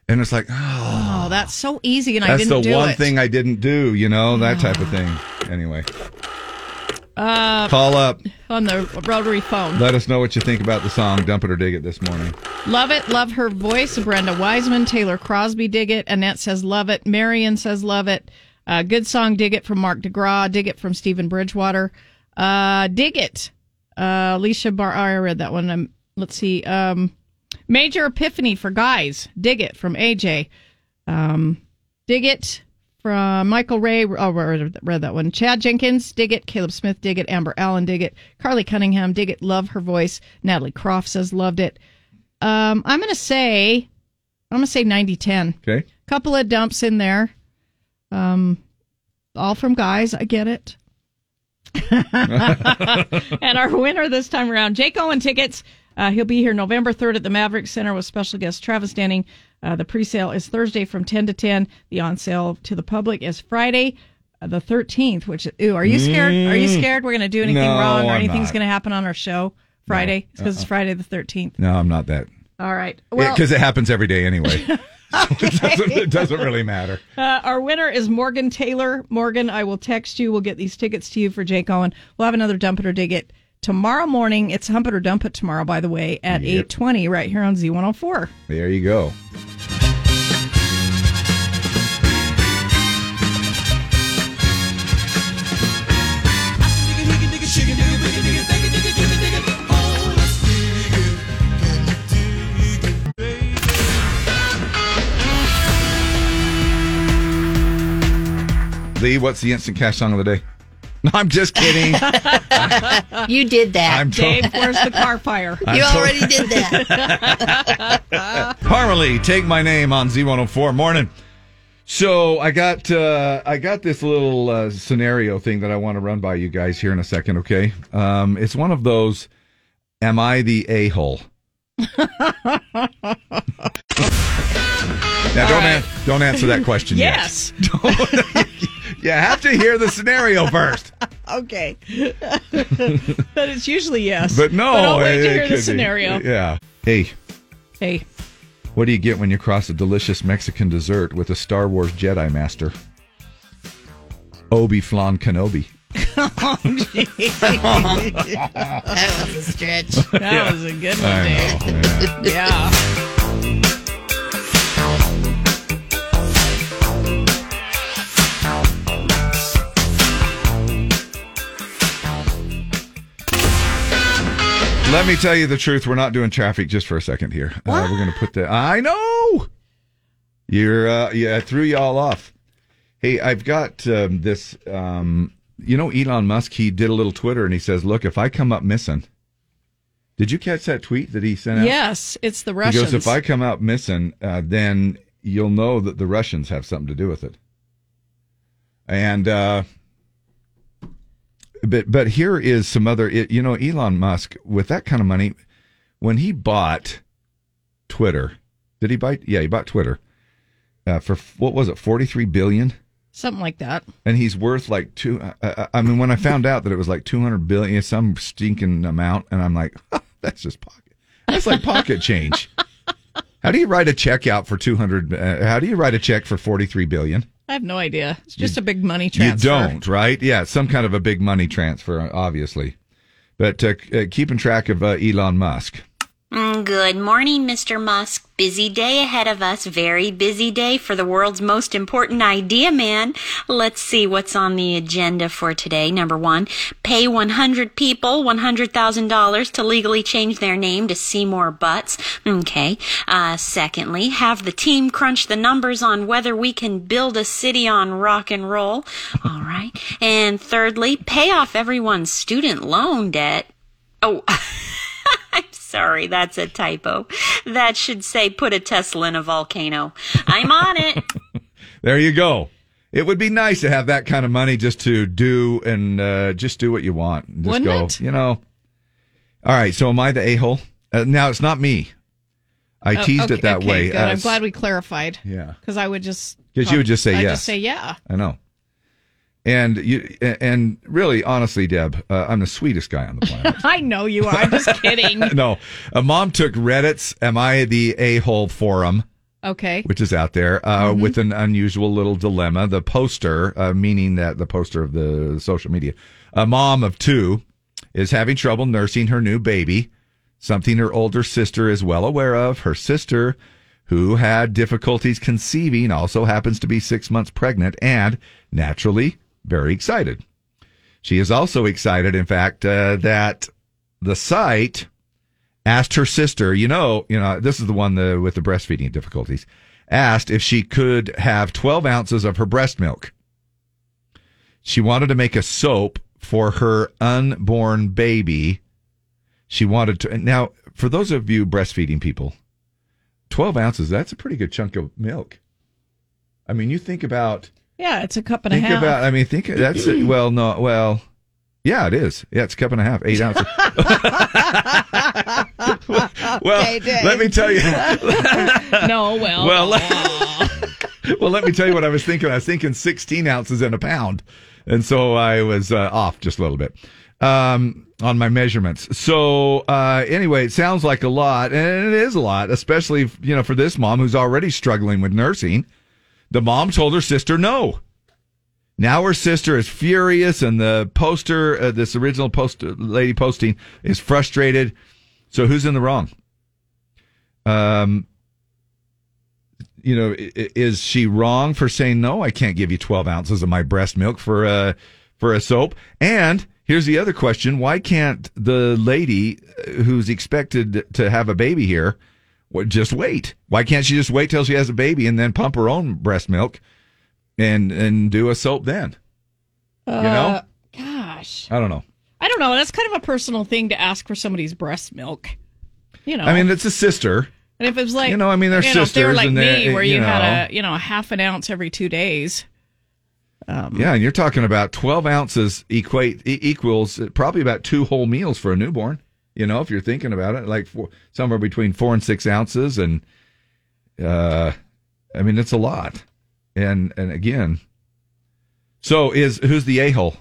and it's like, "Oh, Oh, that's so easy, and I that's didn't the do one it. Ah. thing I didn't do," you know, that type of thing. Anyway, Uh, call up, on the rotary phone. let us know what you think about the song "Dump It or Dig It" this morning. Love it. Love her voice. Brenda Wiseman, Taylor Crosby, dig it. Annette says love it. Marion says love it. Uh, good song, dig it from Mark DeGraw. Dig it from Stephen Bridgewater. Uh, dig it. Uh, Alicia Bar. oh, I read that one. Um, let's see. Um, Major Epiphany for guys. Dig it from AJ. Um, dig it from Michael Ray. Oh, I read read that one. Chad Jenkins, dig it. Caleb Smith, dig it. Amber Allen, dig it. Carly Cunningham, dig it. Love her voice. Natalie Croft says loved it. Um, I'm gonna say, I'm gonna say 90 10. Okay. Couple of dumps in there. Um, all from guys. I get it. and our winner this time around, Jake Owen tickets. Uh, he'll be here November 3rd at the Maverick Center with special guest Travis Denning. Uh, the pre sale is Thursday from 10 to 10. The on sale to the public is Friday. uh, The thirteenth, which ooh, are you scared? Are you Mm. scared we're going to do anything No, wrong or I'm anything's not. going to happen on our show Friday? Because it's Uh-uh. Friday the thirteenth. No, I'm not that. All right. Well, Because it happens every day anyway. So it, doesn't, it doesn't really matter. Uh, our winner is Morgan Taylor. Morgan, I will text you. We'll get these tickets to you for Jake Owen. We'll have another dump it or dig it tomorrow morning. It's hump it or dump it tomorrow, by the way, at Yep. eight twenty, right here on Z one hundred four. There you go. Lee, what's the instant cash song of the day? No, I'm just kidding. you did that. I'm Dave, tot- where's the car fire? I'm you tot- already did that. Harmony, take my name on Z104 morning. So I got uh, I got this little uh, scenario thing that I want to run by you guys here in a second. Okay, um, it's one of those. Am I the a hole? now don't an- don't answer that question yet. Yes. You have to hear the scenario first. okay. but it's usually yes. But no, But I'll wait it- to it hear could the be. scenario. Yeah. Hey, Hey, what do you get when you cross a delicious Mexican dessert with a Star Wars Jedi Master? Obi Flan Kenobi. that was a stretch. That was a good one, I know, yeah. Dave. Yeah. Let me tell you the truth. We're not doing traffic just for a second here. Uh, we're going to put that. I know. You're uh, yeah, I threw y'all off. Hey, I've got um, this. Um, you know, Elon Musk. He did a little Twitter, and he says, "Look, if I come up missing, did you catch that tweet that he sent out? Yes, it's the He Russians. goes, if I come out missing, uh, then you'll know that the Russians have something to do with it. And, uh, but, but here is some other, it, you know, Elon Musk, with that kind of money, when he bought Twitter, did he buy? Yeah, he bought Twitter uh, for, what was it, 43 billion? Something like that. and he's worth like two. I- I, I mean, when I found out that it was like two hundred billion, some stinking amount, and I'm like, that's just pocket. That's like pocket change. How do you write a check out for two hundred? Uh, how do you write a check for forty three billion? I have no idea. It's just a big money transfer. You don't, right? Yeah, it's some kind of a big money transfer, obviously. But uh, c- uh, keeping track of uh, Elon Musk. Mm, Good morning, Mr. Musk. Busy day ahead of us. Very busy day for the world's most important idea man. Let's see what's on the agenda for today. Number one, pay 100 people $100,000 to legally change their name to Seymour Butts. Okay. Uh, secondly, have the team crunch the numbers on whether we can build a city on rock and roll. All right. And thirdly, pay off everyone's student loan debt. Oh. I'm sorry, that's a typo. That should say put a Tesla in a volcano. I'm on it. There you go. It would be nice to have that kind of money just to do and uh, just do what you want. Just Wouldn't go, it? you know. All right, so am I the a hole? Uh, now it's not me. I Oh, teased okay- it that okay, way. good. Uh, I'm glad we clarified. Yeah. Because I would just. 'Cause you would just say I'd yes. just say yeah. I know. And you and really, honestly, Deb, uh, I'm the sweetest guy on the planet. I know you are. I'm just kidding. no, a mom took Reddit's "Am I the a hole?" forum. Okay. which is out there, uh, with an unusual little dilemma. The poster, uh, meaning that the poster of the social media, a mom of two is having trouble nursing her new baby, something her older sister is well aware of. Her sister, who had difficulties conceiving, also happens to be six months pregnant and naturally very excited. She is also excited, in fact, uh, that the site asked her sister, you know, you know, this is the one the, with the breastfeeding difficulties, asked if she could have 12 ounces of her breast milk. She wanted to make a soap for her unborn baby. She wanted to, now, for those of you breastfeeding people, 12 ounces, that's a pretty good chunk of milk. I mean, you think about, Yeah, it's a cup and think a half. about, I mean, think that's, well, no, well, yeah, it is. Yeah, it's a cup and a half, eight ounces. well, let me tell you. no, well. Well, well, let me tell you what I was thinking. I was thinking 16 ounces in a pound, and so I was uh, off just a little bit um, on my measurements. So uh, anyway, it sounds like a lot, and it is a lot, especially you know for this mom who's already struggling with nursing. The mom told her sister no. Now her sister is furious, and the poster, uh, this original post lady posting, is frustrated. So who's in the wrong? Um, you know, i- i- is she wrong for saying no? I can't give you 12 ounces of my breast milk for a for a soap. And here's the other question: Why can't the lady uh, who's expected to have a baby here wa- just wait? Why can't she just wait till she has a baby and then pump her own breast milk and and do a soap then? you know, Uh, Gosh. I don't know. I don't know. That's kind of a personal thing to ask for somebody's breast milk. You know. I mean, it's a sister. And if it was like, You know, I mean, they're you know, if they were sisters like and me, they're- where you, you had a you know a half an ounce every two days. Um, yeah, and you're talking about 12 ounces equate e- equals probably about two whole meals for a newborn. You know, if you're thinking about it, like four, somewhere between four and six ounces, and uh, I mean, it's a lot. And and again, so is who's the a hole?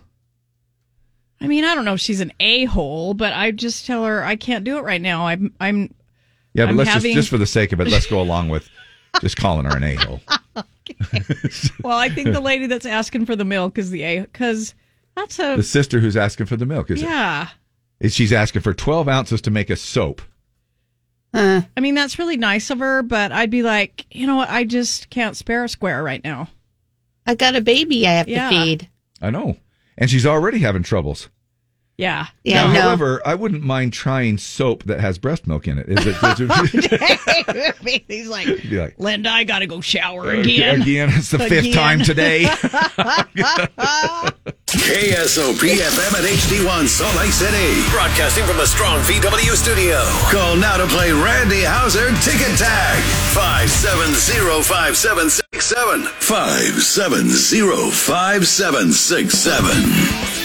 I mean, I don't know if she's an a hole, but I just tell her I can't do it right now. I'm, I'm, Yeah, but I'm let's having- just just for the sake of it, let's go along with just calling her an a hole. well, I think the lady that's asking for the milk is the a because that's a The sister who's asking for the milk is yeah. it? She's asking for twelve ounces to make a soap. I mean, that's really nice of her, but I'd be like, you know what? I just can't spare a square right now. I got a baby I have to feed. I know, and she's already having troubles. Yeah. now, however, I wouldn't mind trying soap that has breast milk in it. Is it, is it He's like, Be like, Linda, I got to go shower "Okay, again. again, it's the fifth time today. KSOP FM at HD1 Salt Lake City. Broadcasting from a strong VW studio. Call now to play Randy Hauser Ticket Tag. 570-5767. 570-5767.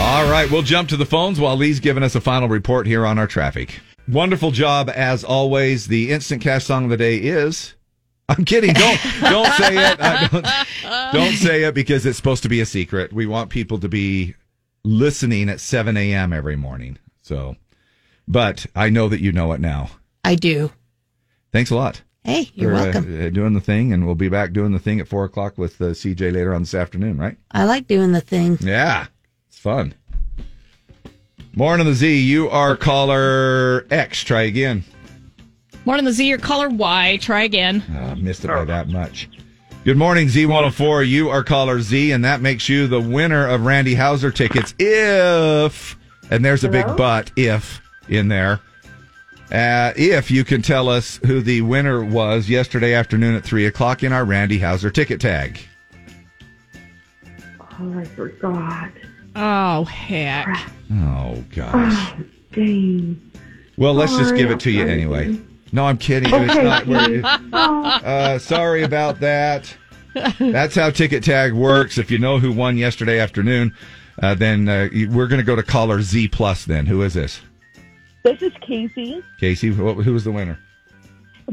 All right, we'll jump to the phones while Lee's giving us a final report here on our traffic. Wonderful job as always. The instant cast song of the day is. I'm kidding. Don't don't say it. I don't, don't say it because it's supposed to be a secret. We want people to be listening at 7 a.m. every morning. So, but I know that you know it now. I do. Thanks a lot. Hey, you're for, uh, welcome. uh, doing the thing, and we'll be back doing the thing at four o'clock with uh, CJ later on this afternoon, right? I like doing the thing. Yeah, it's fun. Morning of the Z, you are caller X. Try again. Morning, the Z, your caller Y. Try again. Ah, missed it by that much. Good morning, Z104. You are caller Z, and that makes you the winner of Randy Hauser tickets if, and there's a big Hello? but if in there. Uh, if you can tell us who the winner was yesterday afternoon at 3 o'clock in our Randy Hauser ticket tag. Oh, I forgot. Oh, heck. Oh, gosh. Oh, dang. Well, let's just Sorry, give it I'm to you sorry. anyway. No, I'm kidding. It's not where Okay. Oh. it- uh, sorry about that. That's how ticket tag works. If you know who won yesterday afternoon, uh, then uh, you- we're going to go to caller Z plus. Then who is this? This is Casey. Casey, what, who was the winner?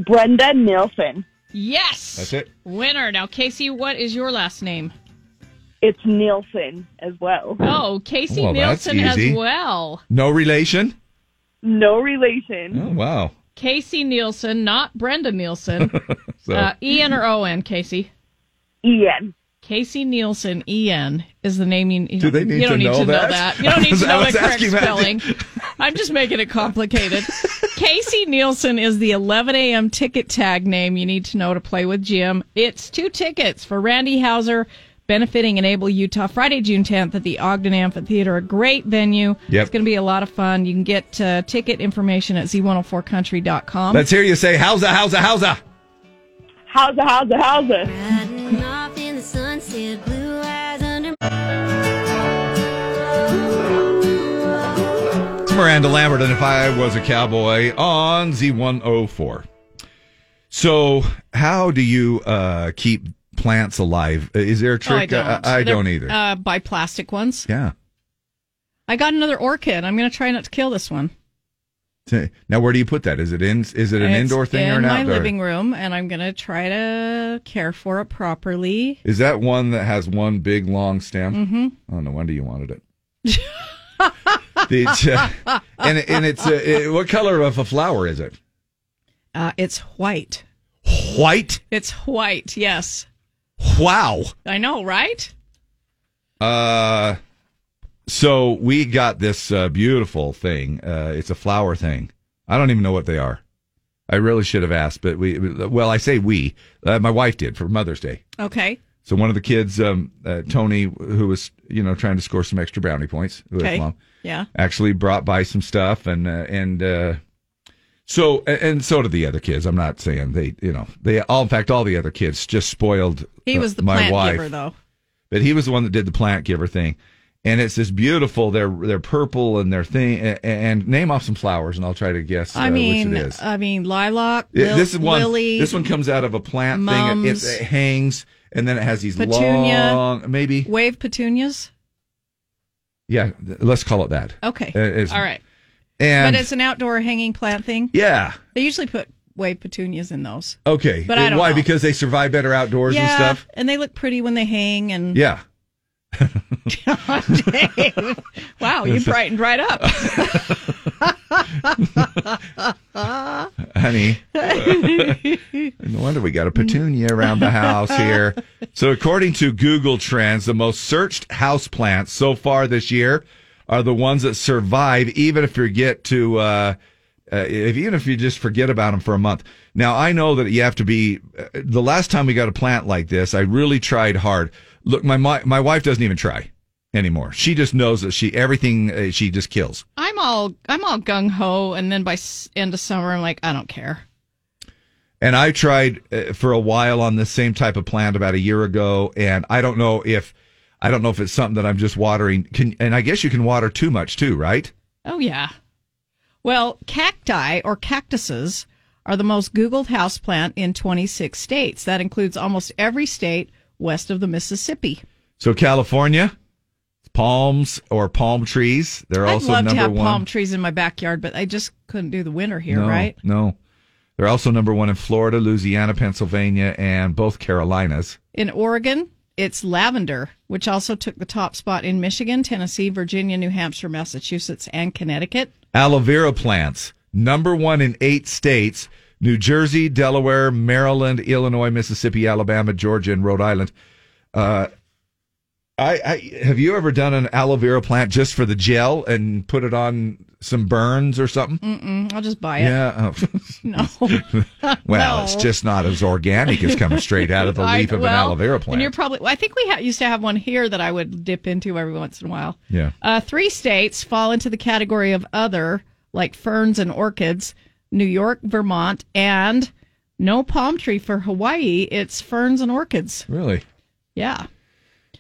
Brenda Nielsen. Yes. That's it. Winner. Now, Casey, what is your last name? It's Nielsen as well. Oh, Casey Well, that's Nielsen as easy. well. No relation. No relation. Oh wow. Casey Nielsen, not Brenda Nielsen. So uh, Ian or Owen, Casey? Ian. Casey Nielsen, Ian, is the name you, you Do they need you don't to need know to know that? that. You don't I need was- to I know was the correct asking that. spelling. I'm just making it complicated. Casey Nielsen is the 11 a.m. ticket tag name you need to know to play with Jim. It's two tickets for Randy Hauser benefiting Enable Utah Friday, June 10th at the Ogden Amphitheater. A great venue. Yep. It's going to be a lot of fun. You can get uh, ticket information at z104country.com. Let's hear you say howza howza howza. How's it? How's it? How's it? Riding off in the sunset, blue eyes under It's Miranda Lambert, and if I was a cowboy on Z104. So, how do you uh, keep plants alive? Is there a Oh, I trick? don't. I, I don't They're, either. Uh, buy plastic ones. yeah. I got another orchid. I'm going to try not to kill this one. T- Now, where do you put that? Is it in? Is it an It's indoor thing in or an my outdoor? living room, and I'm going to try to care for it properly. Is that one that has one big long stem? hmm Oh, no wonder you wanted it. It's, uh, and it- and it's uh, it- what color of a flower is it? Uh, it's white. White. It's white. Yes, Wow. I know, right? Uh, so we got this uh, beautiful thing. Uh, it's a flower thing. I don't even know what they are. I really should have asked, but we. Well, I say we. Uh, my wife did for Mother's Day. Okay. So one of the kids, um, uh, Tony, who was you know trying to score some extra brownie points with Okay. mom, Yeah. actually brought by some stuff, and uh, and uh, so and, and so did the other kids. I'm not saying they, you know, they all. In fact, all the other kids just spoiled. He uh, was the my plant wife, giver, though. but he was the one that did the plant giver thing, and it's this beautiful. They're they're purple and they're thing. And, and name off some flowers, and I'll try to guess. I uh, mean, which it is. I mean, lilac. Yeah, lil- this is one. Lily. This one comes out of a plant thing. It, mums, it, it hangs, and then it has these Petunia. long, maybe. Wave petunias. Yeah, th- let's call it that. Okay. Uh, it's- All right. And but it's an outdoor hanging plant thing. yeah, They usually put wave petunias in those. okay. But I don't Why? know. Because they survive better outdoors yeah, and stuff. and they look pretty when they hang. And Yeah. Dave. Wow, you It's- brightened right up. honey. no wonder we got a petunia around the house here. So, according to Google Trends, the most searched houseplants so far this year are the ones that survive, even if you get to, uh, uh, if even if you just forget about them for a month. Now, I know that you have to be. Uh, the last time we got a plant like this, I really tried hard. Look, my my, my wife doesn't even try anymore. She just knows that she everything uh, she just kills. I'm all I'm all gung ho, and then by s- end of summer, I'm like, I don't care. And I tried uh, for a while on this same type of plant about a year ago, and I don't know if I don't know if it's something that I'm just watering. Can, and I guess you can water too much too, right? Oh yeah. Well, cacti or cactuses are the most Googled houseplant in 26 states. That includes almost every state west of the Mississippi. So California, palms or palm trees, they're I'd also love to number have one. palm trees in my backyard, but I just couldn't do the winter here, no, right? No, they're also number one in Florida, Louisiana, Pennsylvania, and both Carolinas. In Oregon, it's lavender, which also took the top spot in Michigan, Tennessee, Virginia, New Hampshire, Massachusetts, and Connecticut. Aloe vera plants, number one in eight states New Jersey, Delaware, Maryland, Illinois, Mississippi, Alabama, Georgia, and Rhode Island. Uh, I, I have you ever done an aloe vera plant just for the gel and put it on some burns or something? Mm-mm, I'll just buy it. Yeah. oh. No. well, No. it's just not as organic as coming straight out of the I- leaf of an well, aloe vera And you're plant. probably. well, I think we ha- used to have one here that I would dip into every once in a while. Yeah. Uh, three states fall into the category of other, like ferns and orchids. New York, Vermont, and no palm tree for Hawaii. It's ferns and orchids. Really? Yeah.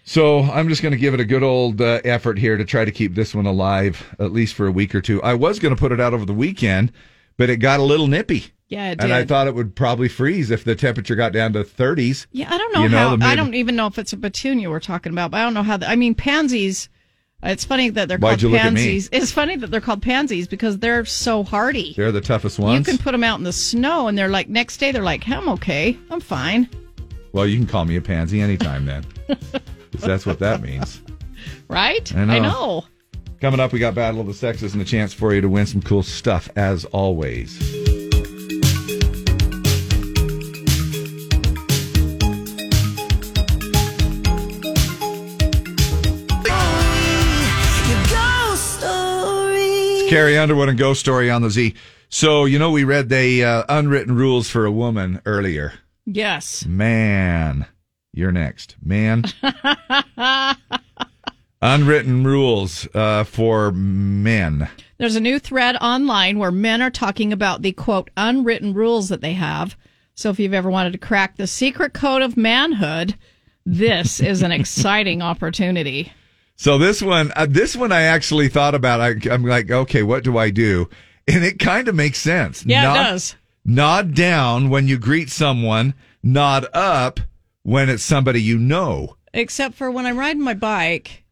So I'm just going to give it a good old uh, effort here to try to keep this one alive at least for a week or two. I was going to put it out over the weekend, but it got a little nippy. Yeah, it And I did. thought it would probably freeze if the temperature got down to 30s. Yeah, I don't know You know, how. the I mid- don't even know if it's a petunia we're talking about, but I don't know how. The, I mean, pansies. uh, It's funny that they're Why'd you called look at me? pansies. It's funny that they're called pansies because they're so hardy. They're the toughest ones. You can put them out in the snow, and they're like next day they're like, "I'm okay, I'm fine." Well, you can call me a pansy anytime then. 'Cause that's what that means. Right? I know. I know. Coming up, we got Battle of the Sexes and a chance for you to win some cool stuff, as always. It's Carrie Underwood and Ghost Story on the Z. So, you know, we read the uh, unwritten rules for a woman earlier. Yes. Man, you're next. Man. unwritten rules uh, for men. There's a new thread online where men are talking about the quote unwritten rules that they have. So if you've ever wanted to crack the secret code of manhood, this is an exciting opportunity. So this one, uh, this one I actually thought about. I, I'm like, okay, what do I do? And it kind of makes sense. Yeah, it does. Nod down when you greet someone. Nod up when it's somebody you know. Except for when I'm riding my bike,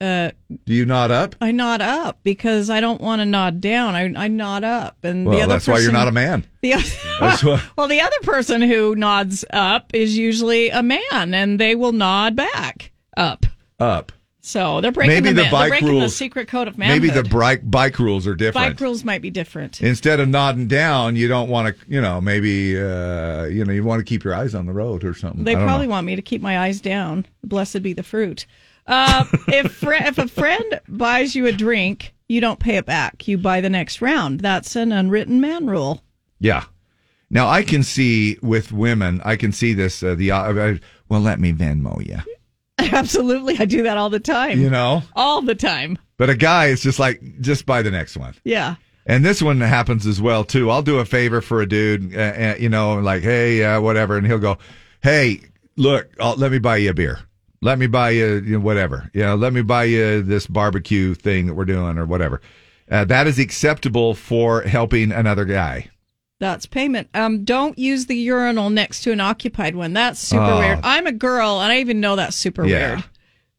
uh, Do you nod up? I nod up because I don't want to nod down. I, I nod up, and Well, the other that's why you're person- not a man. The other, That's why- well, the other person who nods up is usually a man, and they will nod back up. Up. So they're breaking Maybe the, the man- bike they're breaking the rules- secret code of manhood. Maybe the bike bike rules are different. bike rules might be different. Instead of nodding down, you don't want to, you know, maybe, uh, you know, you want to keep your eyes on the road or something. They I don't probably know. want me to keep my eyes down. Blessed be the fruit. Uh, if fri if a friend buys you a drink, you don't pay it back. You buy the next round. That's an unwritten man rule. Yeah. Now I can see with women, I can see this. Uh, the uh, well, let me Venmo you. Absolutely, I do that all the time. You know? all the time. But a guy is just like, just buy the next one. Yeah. And this one happens as well too. I'll do a favor for a dude, uh, uh, you know, like hey, uh, whatever, and he'll go, hey, look, I'll, let me buy you a beer. Let me buy you, you know, whatever. You know, let me buy you this barbecue thing that we're doing or whatever. Uh, that is acceptable for helping another guy. That's payment. Um, don't use the urinal next to an occupied one. That's super Oh. weird. I'm a girl, and I even know that's super Yeah. weird.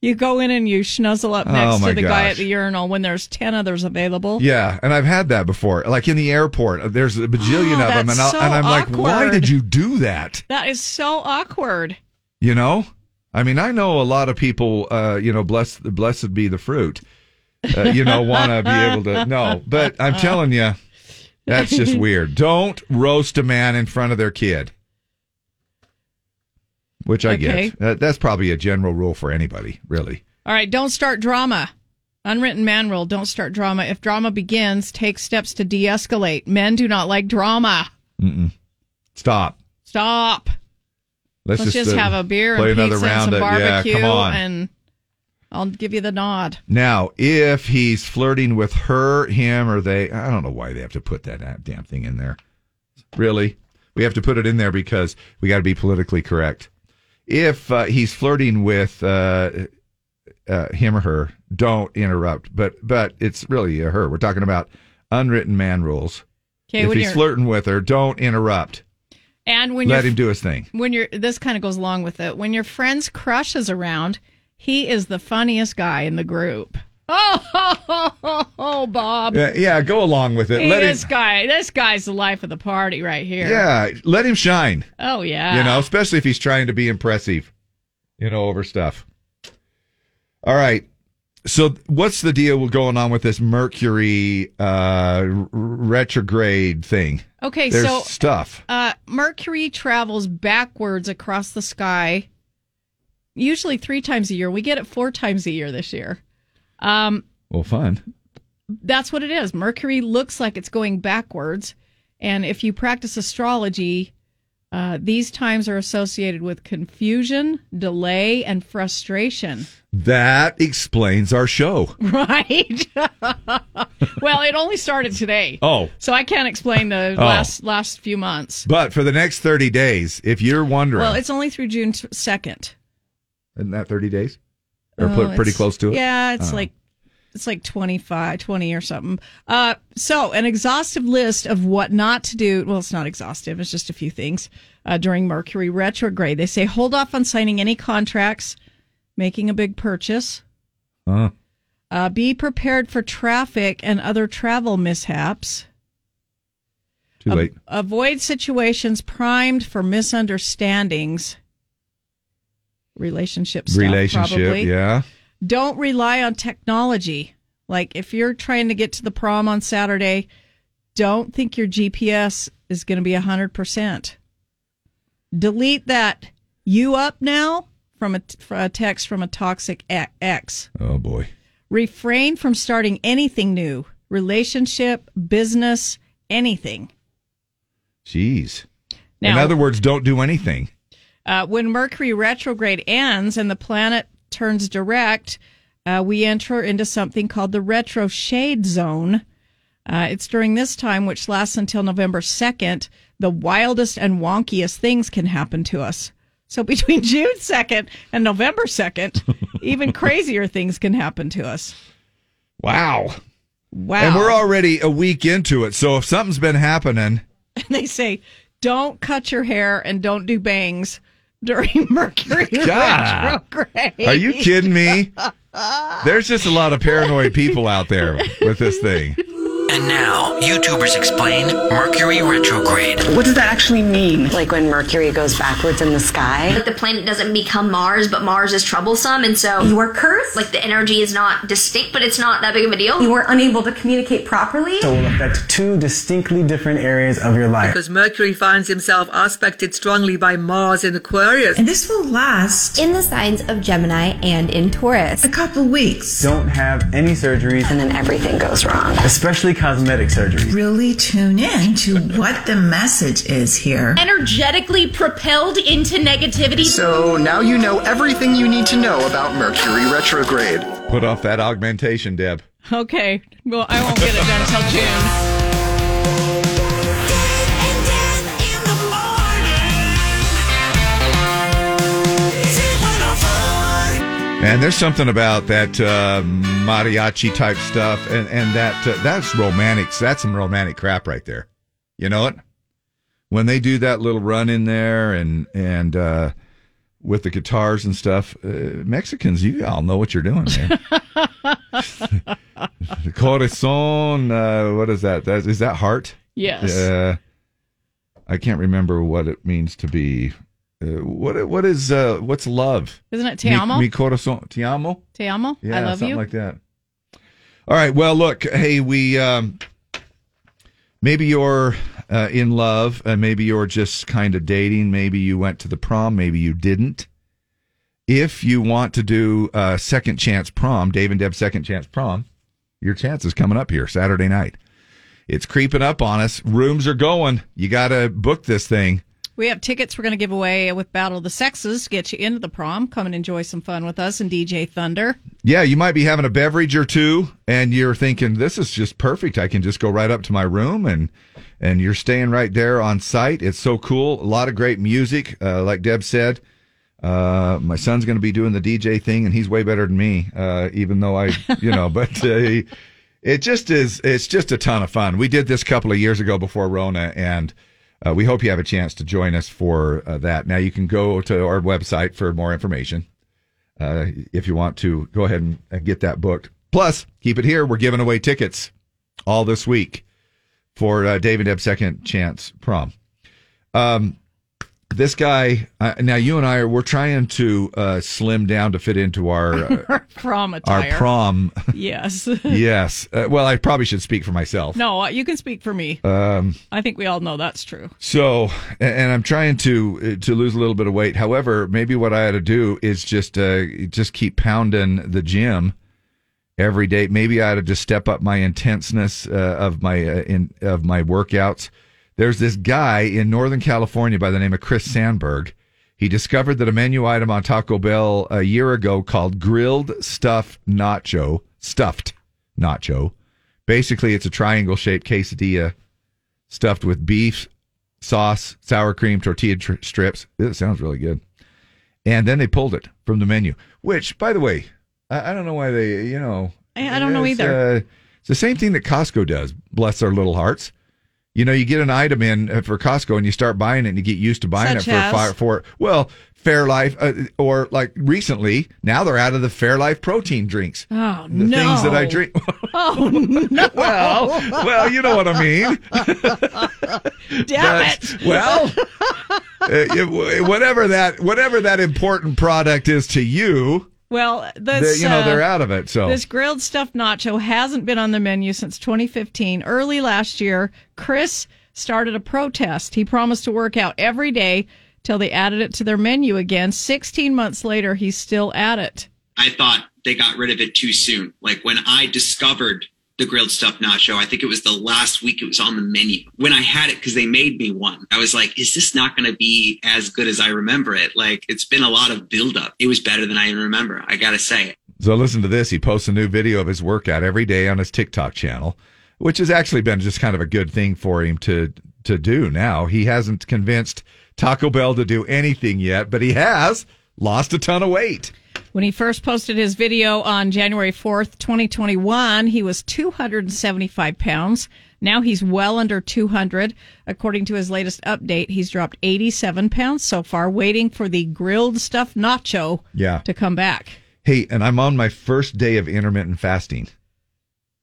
You go in and you schnuzzle up Oh, next my to the guy gosh. at the urinal when there's ten others available. Yeah, and I've had that before. Like in the airport, there's a bajillion Oh, of them, that's and, I'll, so and I'm like, why awkward." did you do that? That is so awkward. You know? I mean, I know a lot of people. Uh, you know, blessed blessed be the fruit. Uh, you know, want to be able to no, but I'm telling you, that's just weird. Don't roast a man in front of their kid. Which I Okay. get. That, that's probably a general rule for anybody, really. All right, don't start drama. Unwritten man rule, don't start drama. If drama begins, take steps to de escalate. Men do not like drama. Mm-mm. Stop. Stop. Let's, Let's, just, uh, have a beer and play another pizza round and some of- yeah, barbecue, come on. and I'll give you the nod. Now, if he's flirting with her, him, or they, I don't know why they have to put that a- damn thing in there. Really? We have to put it in there because we got to be politically correct. If uh, he's flirting with uh, uh, him or her, don't interrupt. But but it's really a her. We're talking about unwritten man rules. 'Kay, if when he's you're- flirting with her, don't interrupt. And when Let you're him do his thing. when you're this kind of goes along with it. When your friend's crush is around, he is the funniest guy in the group. Oh, Bob. Yeah, yeah, go along with it. He- Let him, this guy, this guy's the life of the party right here. yeah, let him shine. Oh yeah. You know, especially if he's trying to be impressive, you know, over stuff. All right. So what's the deal going on with this Mercury uh, r- retrograde thing? Okay, There's so- stuff. Uh, Mercury travels backwards across the sky, usually three times a year. We get it four times a year this year. Um, Well, fun. that's what it is. Mercury looks like it's going backwards. And if you practice astrology, uh, these times are associated with confusion, delay, and frustration. That explains our show. Right? well, it only started today. Oh. So I can't explain the Oh. last last few months. But for the next 30 days, if you're wondering, Well, it's only through June t- 2nd. isn't that 30 days? Or pl- Oh, pretty it's- close to it? Yeah, it's Oh. like it's like 25, 20 or something. Uh, so an exhaustive list of what not to do. Well, it's not exhaustive. It's just a few things uh, during Mercury retrograde. They say hold off on signing any contracts, making a big purchase. Huh. Uh, be prepared for traffic and other travel mishaps. Too Ab- late. Avoid situations primed for misunderstandings. Relationship stuff, Relationship, probably. yeah. Don't rely on technology. Like if you're trying to get to the prom on Saturday, don't think your GPS is going to be 100%. Delete that you up now from a, from a text from a toxic e- ex. Oh, boy. Refrain from starting anything new, relationship, business, anything. Jeez. In Now- other words, don't do anything. Uh, when Mercury retrograde ends and the planet turns direct, uh, we enter into something called the retro shade zone. Uh, it's during this time, which lasts until November 2nd, the wildest and wonkiest things can happen to us. So between June 2nd and November 2nd, even crazier things can happen to us. Wow. Wow. And we're already a week into it. So if something's been happening, And they say, don't cut your hair and don't do bangs during Mercury God. retrograde. Are you kidding me? There's just a lot of paranoid people out there with this thing. And now, YouTubers explain Mercury retrograde. What does that actually mean? Like when Mercury goes backwards in the sky? Like the planet doesn't become Mars, but Mars is troublesome, and so you are cursed. Like the energy is not distinct, but it's not that big of a deal. You were unable to communicate properly. So it will affect two distinctly different areas of your life. Because Mercury finds himself aspected strongly by Mars in Aquarius. And this will last In the signs of Gemini and in Taurus, a couple weeks. Don't have any surgeries. And then everything goes wrong. Especially cosmetic surgeries. Really tune in to what the message is here. Energetically propelled into negativity. So now you know everything you need to know about Mercury retrograde. Put off that augmentation, Deb. Okay. Well, I won't get it done until June. oh And there's something about that uh, mariachi type stuff, and and that uh, that's romantic. That's some romantic crap right there. You know it when they do that little run in there, and and uh, with the guitars and stuff. Uh, Mexicans, you all know what you're doing, man. Corazon, uh, what is that? that? Is that heart? Yes. Uh, I can't remember what it means to be Uh, what what is uh, what's love? Isn't it te Mi- amo? Mi, corazón, te amo. Te amo. Yeah, I love something you. like that. All right. Well, look. Hey, we um, maybe you're uh, in love, and maybe you're just kind of dating. Maybe you went to the prom. Maybe you didn't. If you want to do uh, second chance prom, Dave and Deb second chance prom, your chance is coming up here Saturday night. It's creeping up on us. Rooms are going. You got to book this thing. We have tickets we're going to give away with Battle of the Sexes. Get you into the prom. Come and enjoy some fun with us and DJ Thunder. Yeah, you might be having a beverage or two and you're thinking this is just perfect. I can just go right up to my room and and you're staying right there on site. It's so cool. A lot of great music. Uh, like Deb said, uh, my son's going to be doing the DJ thing and he's way better than me. Uh, even though I, you know, but uh, he- it just is it's just a ton of fun. We did this a couple of years ago before Rona and uh, we hope you have a chance to join us for uh, that. Now you can go to our website for more information uh, if you want to go ahead and, and get that booked. Plus, keep it here. We're giving away tickets all this week for uh, David Ebb Second Chance Prom. Um, this guy, uh, now you and I are, we're trying to uh, slim down to fit into our uh, prom our attire. prom. Yes. yes. Uh, well, I probably should speak for myself. No, you can speak for me. Um, I think we all know that's true. so, a- and I'm trying to uh, to lose a little bit of weight. However, maybe what I ought to do is just uh, just keep pounding the gym every day. Maybe I ought to just step up my intenseness uh, of my uh, in of my workouts. There's this guy in Northern California by the name of Chris Sandberg. He discovered that a menu item on Taco Bell a year ago called grilled stuffed nacho, stuffed nacho. Basically, it's a triangle shaped quesadilla stuffed with beef, sauce, sour cream, tortilla tr- strips. It sounds really good. And then they pulled it from the menu, which, by the way, I, I don't know why they, you know. I, I don't know it's, either. uh, it's the same thing that Costco does, bless their little hearts. You know, you get an item in uh, for Costco and you start buying it and you get used to buying Such it for, as? fi- for, well, Fairlife, uh, or like recently, now they're out of the Fairlife protein drinks. oh The no! things that I drink. Oh no! well, well, you know what I mean. Damn But- Well, uh, it- whatever that whatever that important product is to you, Well, they, this you know uh, they're out of it. So This grilled stuffed nacho hasn't been on the menu since 2015. Early last year, Chris started a protest. He promised to work out every day till they added it to their menu again. 16 months later, he's still at it. I thought they got rid of it too soon. Like when I discovered the grilled stuffed nacho, I think it was the last week it was on the menu. When I had it, because they made me one, I was like, is this not going to be as good as I remember it? Like it's been a lot of buildup. It was better than I even remember. I got to say it. so listen to this. He posts a new video of his workout every day on his TikTok channel, which has actually been just kind of a good thing for him to to do. Now he hasn't convinced Taco Bell to do anything yet, but he has lost a ton of weight. When he first posted his video on January 4th, 2021, he was 275 pounds. Now he's well under 200. According to his latest update, he's dropped 87 pounds so far, waiting for the grilled stuffed nacho Yeah. to come back. Hey, and I'm on my first day of intermittent fasting.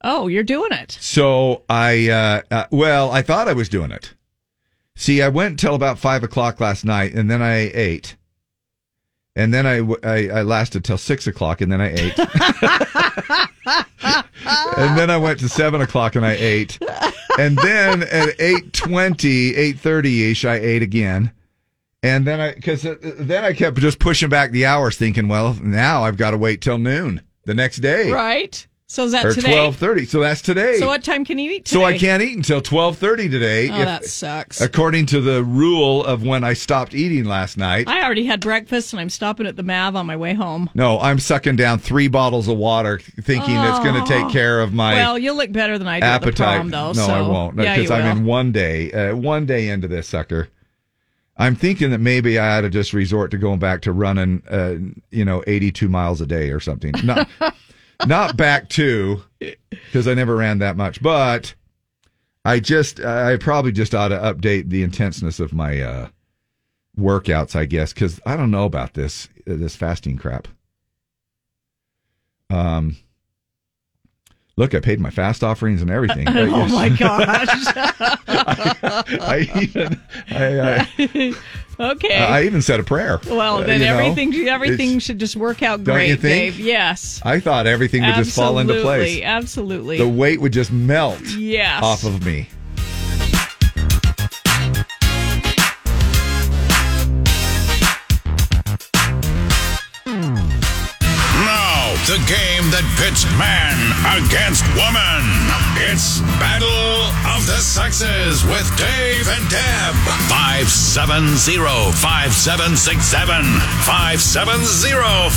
Oh, you're doing it. So I, uh, uh, well, I thought I was doing it. See, I went until about five o'clock last night, and then I ate, and then I w- I, I lasted till six o'clock, and then I ate, and then I went to seven o'clock and I ate, and then at 8.20, 8.30 ish, I ate again. And then I, because then I kept just pushing back the hours, thinking, well, now I've got to wait till noon the next day, Right? So is that or today? twelve thirty. So that's today. So what time can you eat today? So I can't eat until twelve thirty today. Oh, that sucks. According to the rule of when I stopped eating last night. I already had breakfast and I'm stopping at the Mav on my way home. no, I'm sucking down three bottles of water, thinking it's going Oh. to take care of my well, you'll look better than I do appetite. at the prom, though. no, so. I won't Yeah, because you I'm will. in one day, uh, one day into this sucker. I'm thinking that maybe I ought to just resort to going back to running, uh, you know, 82 miles a day or something. Not, not back to, because I never ran that much. But I just, I probably just ought to update the intenseness of my uh, workouts, I guess, because I don't know about this uh, this fasting crap. Um, look, I paid my fast offerings and everything. but oh yes. my gosh. I even I, I, Okay. Uh, I even said a prayer. Uh, well, then you know, everything everything it's- should just work out Don't great, you think? Dave. Yes. I thought everything would just fall into place. Absolutely. The weight would just melt Yes. off of me. Now, the game that pits man against woman. It's Battle of the Sexes with Dave and Deb. 570-5767. 570-5767.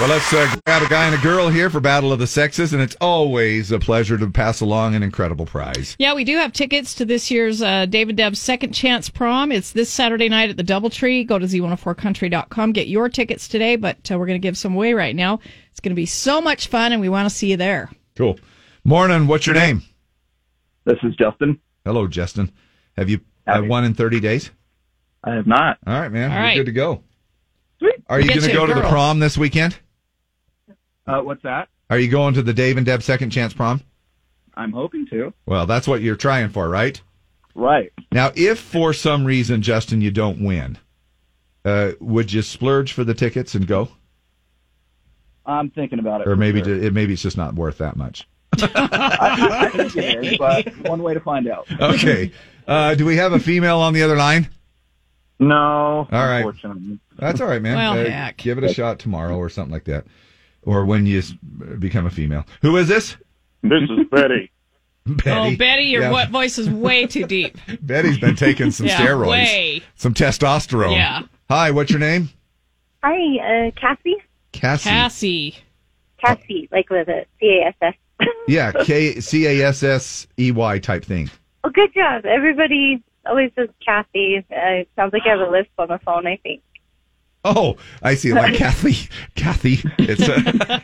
Well, let's uh, grab a guy and a girl here for Battle of the Sexes, and it's always a pleasure to pass along an incredible prize. Yeah, we do have tickets to this year's uh, David Deb's Second Chance Prom. It's this Saturday night at the Doubletree. Go to z104country.com. Get your tickets today, but uh, we're going to give some away right now. It's going to be so much fun, and we want to see you there. Cool. Morning. What's your name? This is Justin. Hello, Justin. Have you uh, won in 30 days? I have not. All right, man. All You're right. good to go. Are you Get going to you a go to the girl. prom this weekend? Uh, what's that? Are you going to the Dave and Deb Second Chance Prom? I'm hoping to. Well, that's what you're trying for, right? Right. Now, if for some reason, Justin, you don't win, uh, would you splurge for the tickets and go? I'm thinking about it. Or for maybe sure. ju- maybe it's just not worth that much. I, I think it is, but one way to find out. Okay. Uh, do we have a female on the other line? No. All right. Unfortunately. That's all right, man. Well, Uh, heck. Give it a shot tomorrow or something like that. Or when you s- become a female. Who is this? This is Betty. Oh, Betty, your Yeah. what voice is way too deep. Betty's been taking some Yeah, steroids, way. some testosterone. Yeah. Hi, what's your name? Hi, uh, Cassie. Cassie. Cassie. Cassie, like with a C A S S. Yeah, K C A S S E Y type thing. Oh, good job. Everybody always says Cassie. Uh, it sounds like I have a lisp on the phone, I think. Oh, I see. Like Kathy. Kathy. It's a,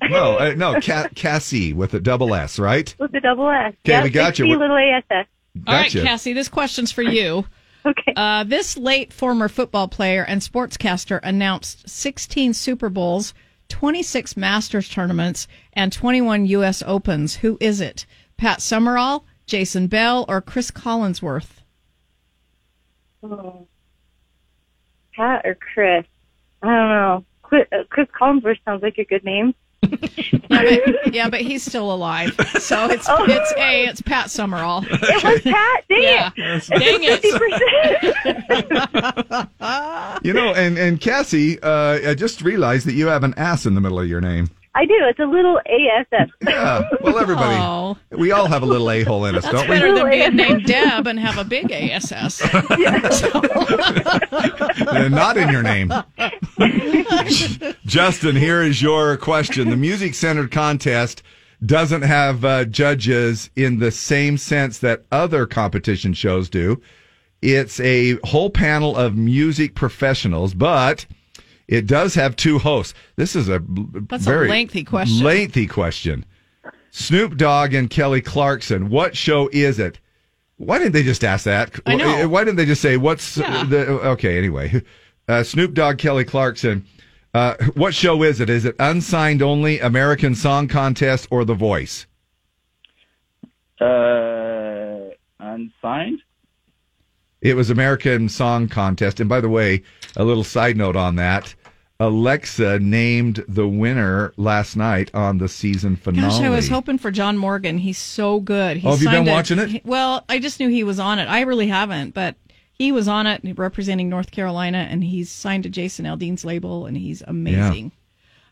no, uh, no, Ca- Cassie with a double S, right? With the double S. Okay, Yep, we got you. it's C We're- little A S S. All right, Gotcha. Cassie, this question's for you. okay. Uh, this late former football player and sportscaster announced 16 Super Bowls, 26 Masters tournaments, and 21 U.S. Opens. Who is it? Pat Summerall, Jason Bell, or Chris Collinsworth? Oh. Pat or Chris? I don't know. Chris, uh, Chris Collinsworth sounds like a good name. Yeah, but he's still alive, so it's it's a it's Pat Summerall. Oh. It was Pat. Dang yeah. it. Dang it. You know, and and Cassie, uh, I just realized that you have an ass in the middle of your name. I do. It's a little A S S. Yeah. Well, everybody, Oh, we all have a little a hole in us, That's don't better we? than being named Deb and have a big ASS. They're not in your name. Justin, here is your question. The music centered contest doesn't have uh, judges in the same sense that other competition shows do. It's a whole panel of music professionals, but it does have two hosts. This is a That's a very lengthy question. Lengthy question. Snoop Dogg and Kelly Clarkson. What show is it? Why didn't they just ask that? I know. Why didn't they just say what's Yeah. the okay? Anyway, uh, Snoop Dogg, Kelly Clarkson. Uh, what show is it? Is it Unsigned Only, American Song Contest, or The Voice? Uh, unsigned. It was American Song Contest. And by the way, a little side note on that. Alexa named the winner last night on the season finale. Gosh, I was hoping for John Morgan. He's so good. He Oh, have you been signed a- watching it? he- well, I just knew he was on it. I really haven't, but he was on it representing North Carolina, and he's signed to Jason Aldean's label, and he's amazing.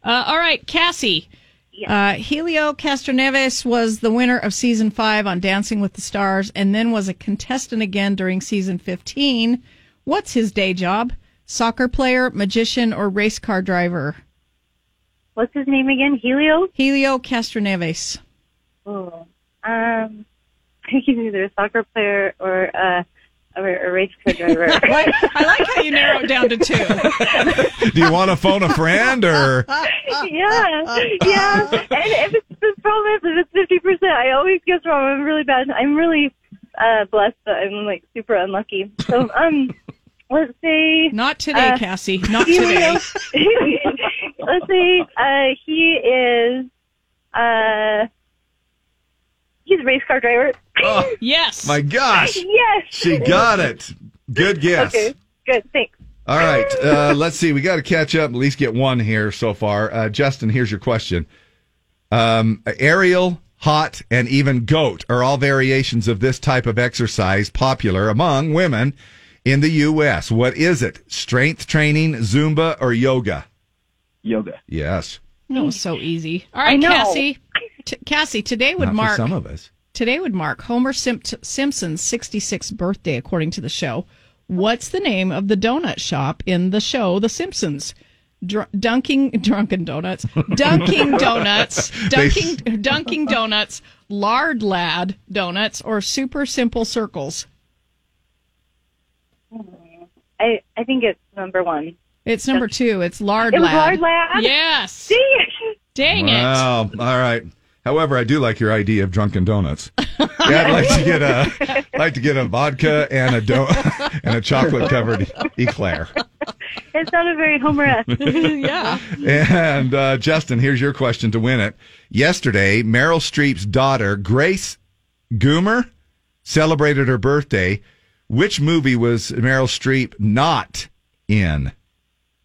Uh, all right, Cassie. Uh, Helio Castroneves was the winner of season five on Dancing with the Stars and then was a contestant again during season 15. What's his day job? Soccer player, magician, or race car driver? What's his name again? Helio? Helio Castroneves. Oh, um, I think he's either a soccer player or a or a race car driver. I like how you narrow it down to two. Do you want to phone a friend or? yeah, yeah. And if it's the problem is if it's fifty percent, I always guess wrong. I'm really bad. I'm really uh, blessed, but I'm like super unlucky. So um, let's say not today, uh, Cassie. Not he today. will- let's say uh, he is uh, he's a race car driver. Oh, yes. My gosh. Yes. She got it. Good guess. Okay, good. Thanks. All right. Uh, let's see. We got to catch up. At least get one here so far. Uh, Justin, here's your question. Um, aerial, hot, and even goat are all variations of this type of exercise popular among women in the U.S. What is it? Strength training, Zumba, or yoga? Yoga. Yes. That was so easy. All I right, know. Cassie. T- Cassie, today would Not mark for some of us. today would mark Homer Sim- Simpson's 66th birthday, according to the show. What's the name of the donut shop in the show The Simpsons? Dr- dunking Drunken Donuts, Dunking Donuts, They- Dunking Dunking Donuts, Lard Lad Donuts, or Super Simple Circles. I I think it's number one. It's number two. It's Lard It was Lad. Lard Lad? Yes. Dang it! Dang it. wow. All right. However, I do like your idea of drunken donuts. Yeah, I'd like to get a like to get a vodka and a do- and a chocolate covered eclair. It sounded very Homer-esque. yeah. And uh, Justin, here's your question to win it. Yesterday, Meryl Streep's daughter, Grace Goomer, celebrated her birthday. Which movie was Meryl Streep not in?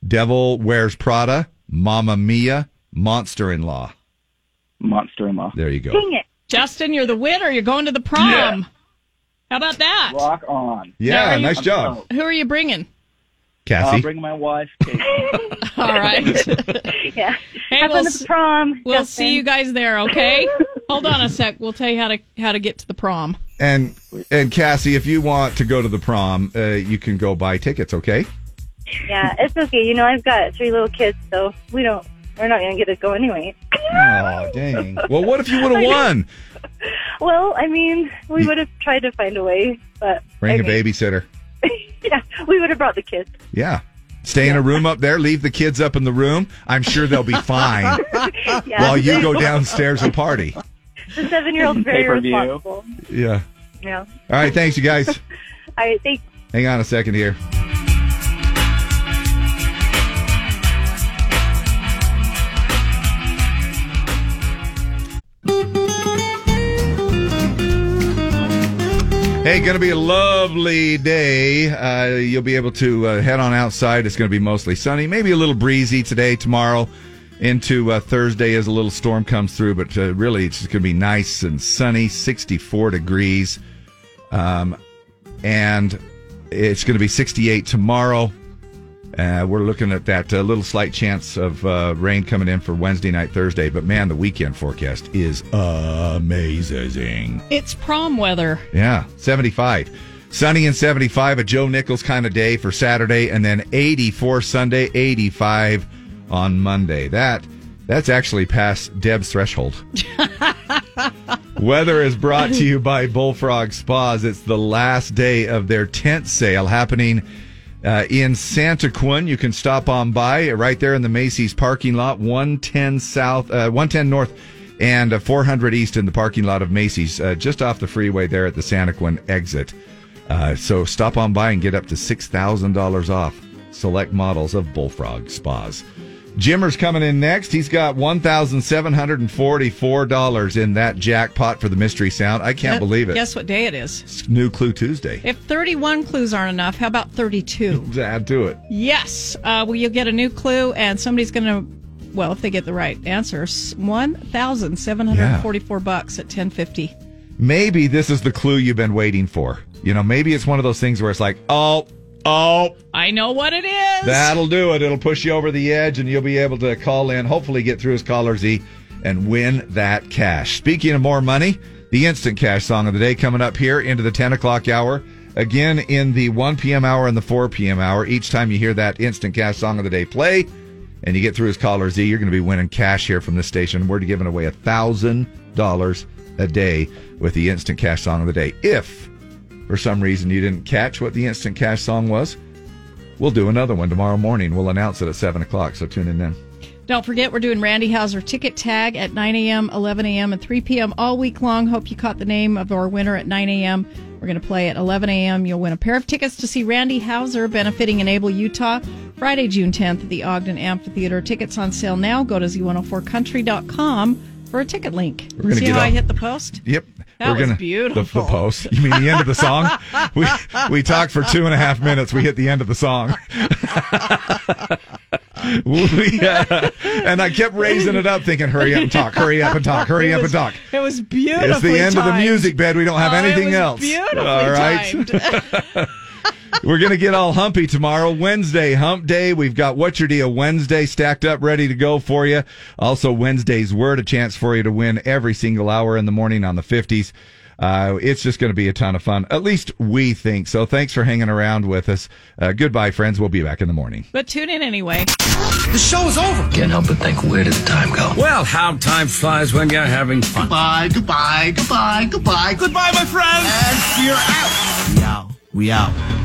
Devil Wears Prada, Mamma Mia, Monster in Law. Monster in Law. There you go. Dang it. Justin, you're the winner. You're going to the prom. How about that? Rock on. Yeah, Now, are you- nice job, Who are you bringing? Cassie. I'll bring my wife. Kate. All right. yeah. Hey, Have we'll, fun at the prom. we'll Justin. see you guys there, okay? Hold on a sec. We'll tell you how to how to get to the prom. And and Cassie, if you want to go to the prom, uh, you can go buy tickets. Okay. Yeah, it's okay. You know, I've got three little kids, so we don't. We're not gonna get to go anyway. Oh dang! Well, what if you would have won? Well, I mean, we would have tried to find a way, but Bring a babysitter. yeah, we would have brought the kids. Yeah. Stay in a room up there. Leave the kids up in the room. I'm sure they'll be fine Yeah, while you go downstairs and party. the seven-year-old's very Pay-per-view. responsible. Yeah. Yeah. All All right. Thanks, you guys. right. Thanks. Hang on a second here. Hey, going to be a lovely day. Uh, you'll be able to uh, head on outside. It's going to be mostly sunny, maybe a little breezy today, tomorrow, into uh, Thursday as a little storm comes through. But uh, really, it's just going to be nice and sunny, 64 degrees. Um, and it's going to be 68 tomorrow. Uh, we're looking at that uh, little slight chance of uh, rain coming in for Wednesday night, Thursday. But man, the weekend forecast is amazing. It's prom weather. Yeah, 75. Sunny and 75, a Joe Nichols kind of day for Saturday, and then 84 Sunday, 85 on Monday. That that's actually past Deb's threshold. Weather is brought to you by Bullfrog Spas. It's the last day of their tent sale happening uh, in Santa Quinn. You can stop on by right there in the Macy's parking lot, 110 South, uh, 110 North, and uh, 400 East in the parking lot of Macy's, uh, just off the freeway there at the Santa Quinn exit. Uh, so stop on by and get up to $6,000 off select models of Bullfrog Spas. Jimmer's coming in next. He's got $1,744 in that jackpot for the mystery sound. I can't Guess- believe it. Guess what day it is? It's New Clue Tuesday. If 31 clues aren't enough, how about 32? Add to it. yes. Uh, well, you'll get a new clue, and somebody's going to, well, if they get the right answer, s- 1,744 bucks at 1050. Maybe this is the clue you've been waiting for. You know, maybe it's one of those things where it's like, oh, oh, I know what it is. that'll do it. It'll push you over the edge and you'll be able to call in, hopefully get through as caller Z and win that cash. Speaking of more money, the instant cash song of the day coming up here into the 10 o'clock hour. Again, in the 1 p.m. hour and the 4 p.m. hour. Each time you hear that instant cash song of the day play and you get through as caller Z, you're going to be winning cash here from this station. We're giving away $1,000 a day with the instant cash song of the day. If for some reason you didn't catch what the instant cash song was, We'll do another one tomorrow morning. We'll announce it at 7 o'clock, so tune in then. Don't forget, we're doing Randy Hauser ticket tag at 9 a.m., 11 a.m., and 3 p.m. all week long. Hope you caught the name of our winner at 9 a.m. We're going to play at 11 a.m. You'll win a pair of tickets to see Randy Hauser benefiting Enable Utah Friday, June 10th at the Ogden Amphitheater. Tickets on sale oh now. Go to z104country.com for a ticket link. We're gonna See get how I on- hit the post? Yep. That was beautiful. The, the post. You mean the end of the song? we we talked for two and a half minutes. We hit the end of the song. we, uh, and I kept raising it up, thinking, "Hurry up and talk! Hurry up and talk! Hurry It up and was- talk!" It was beautiful. It's the end of the music bed. We don't have Oh, it anything was else. beautifully We're going to get all humpy tomorrow, Wednesday, hump day. We've got What's Your Deal Wednesday stacked up, ready to go for you. Also, Wednesday's Word, a chance for you to win every single hour in the morning on the 50s. Uh, it's just going to be a ton of fun. At least we think so. Thanks for hanging around with us. Uh, goodbye, friends. We'll be back in the morning. But tune in anyway. The show's over. Can't help but think, where did the time go? Well, how time flies when you're having fun. Goodbye, goodbye, goodbye, goodbye, goodbye, my friends. And we're out. We out.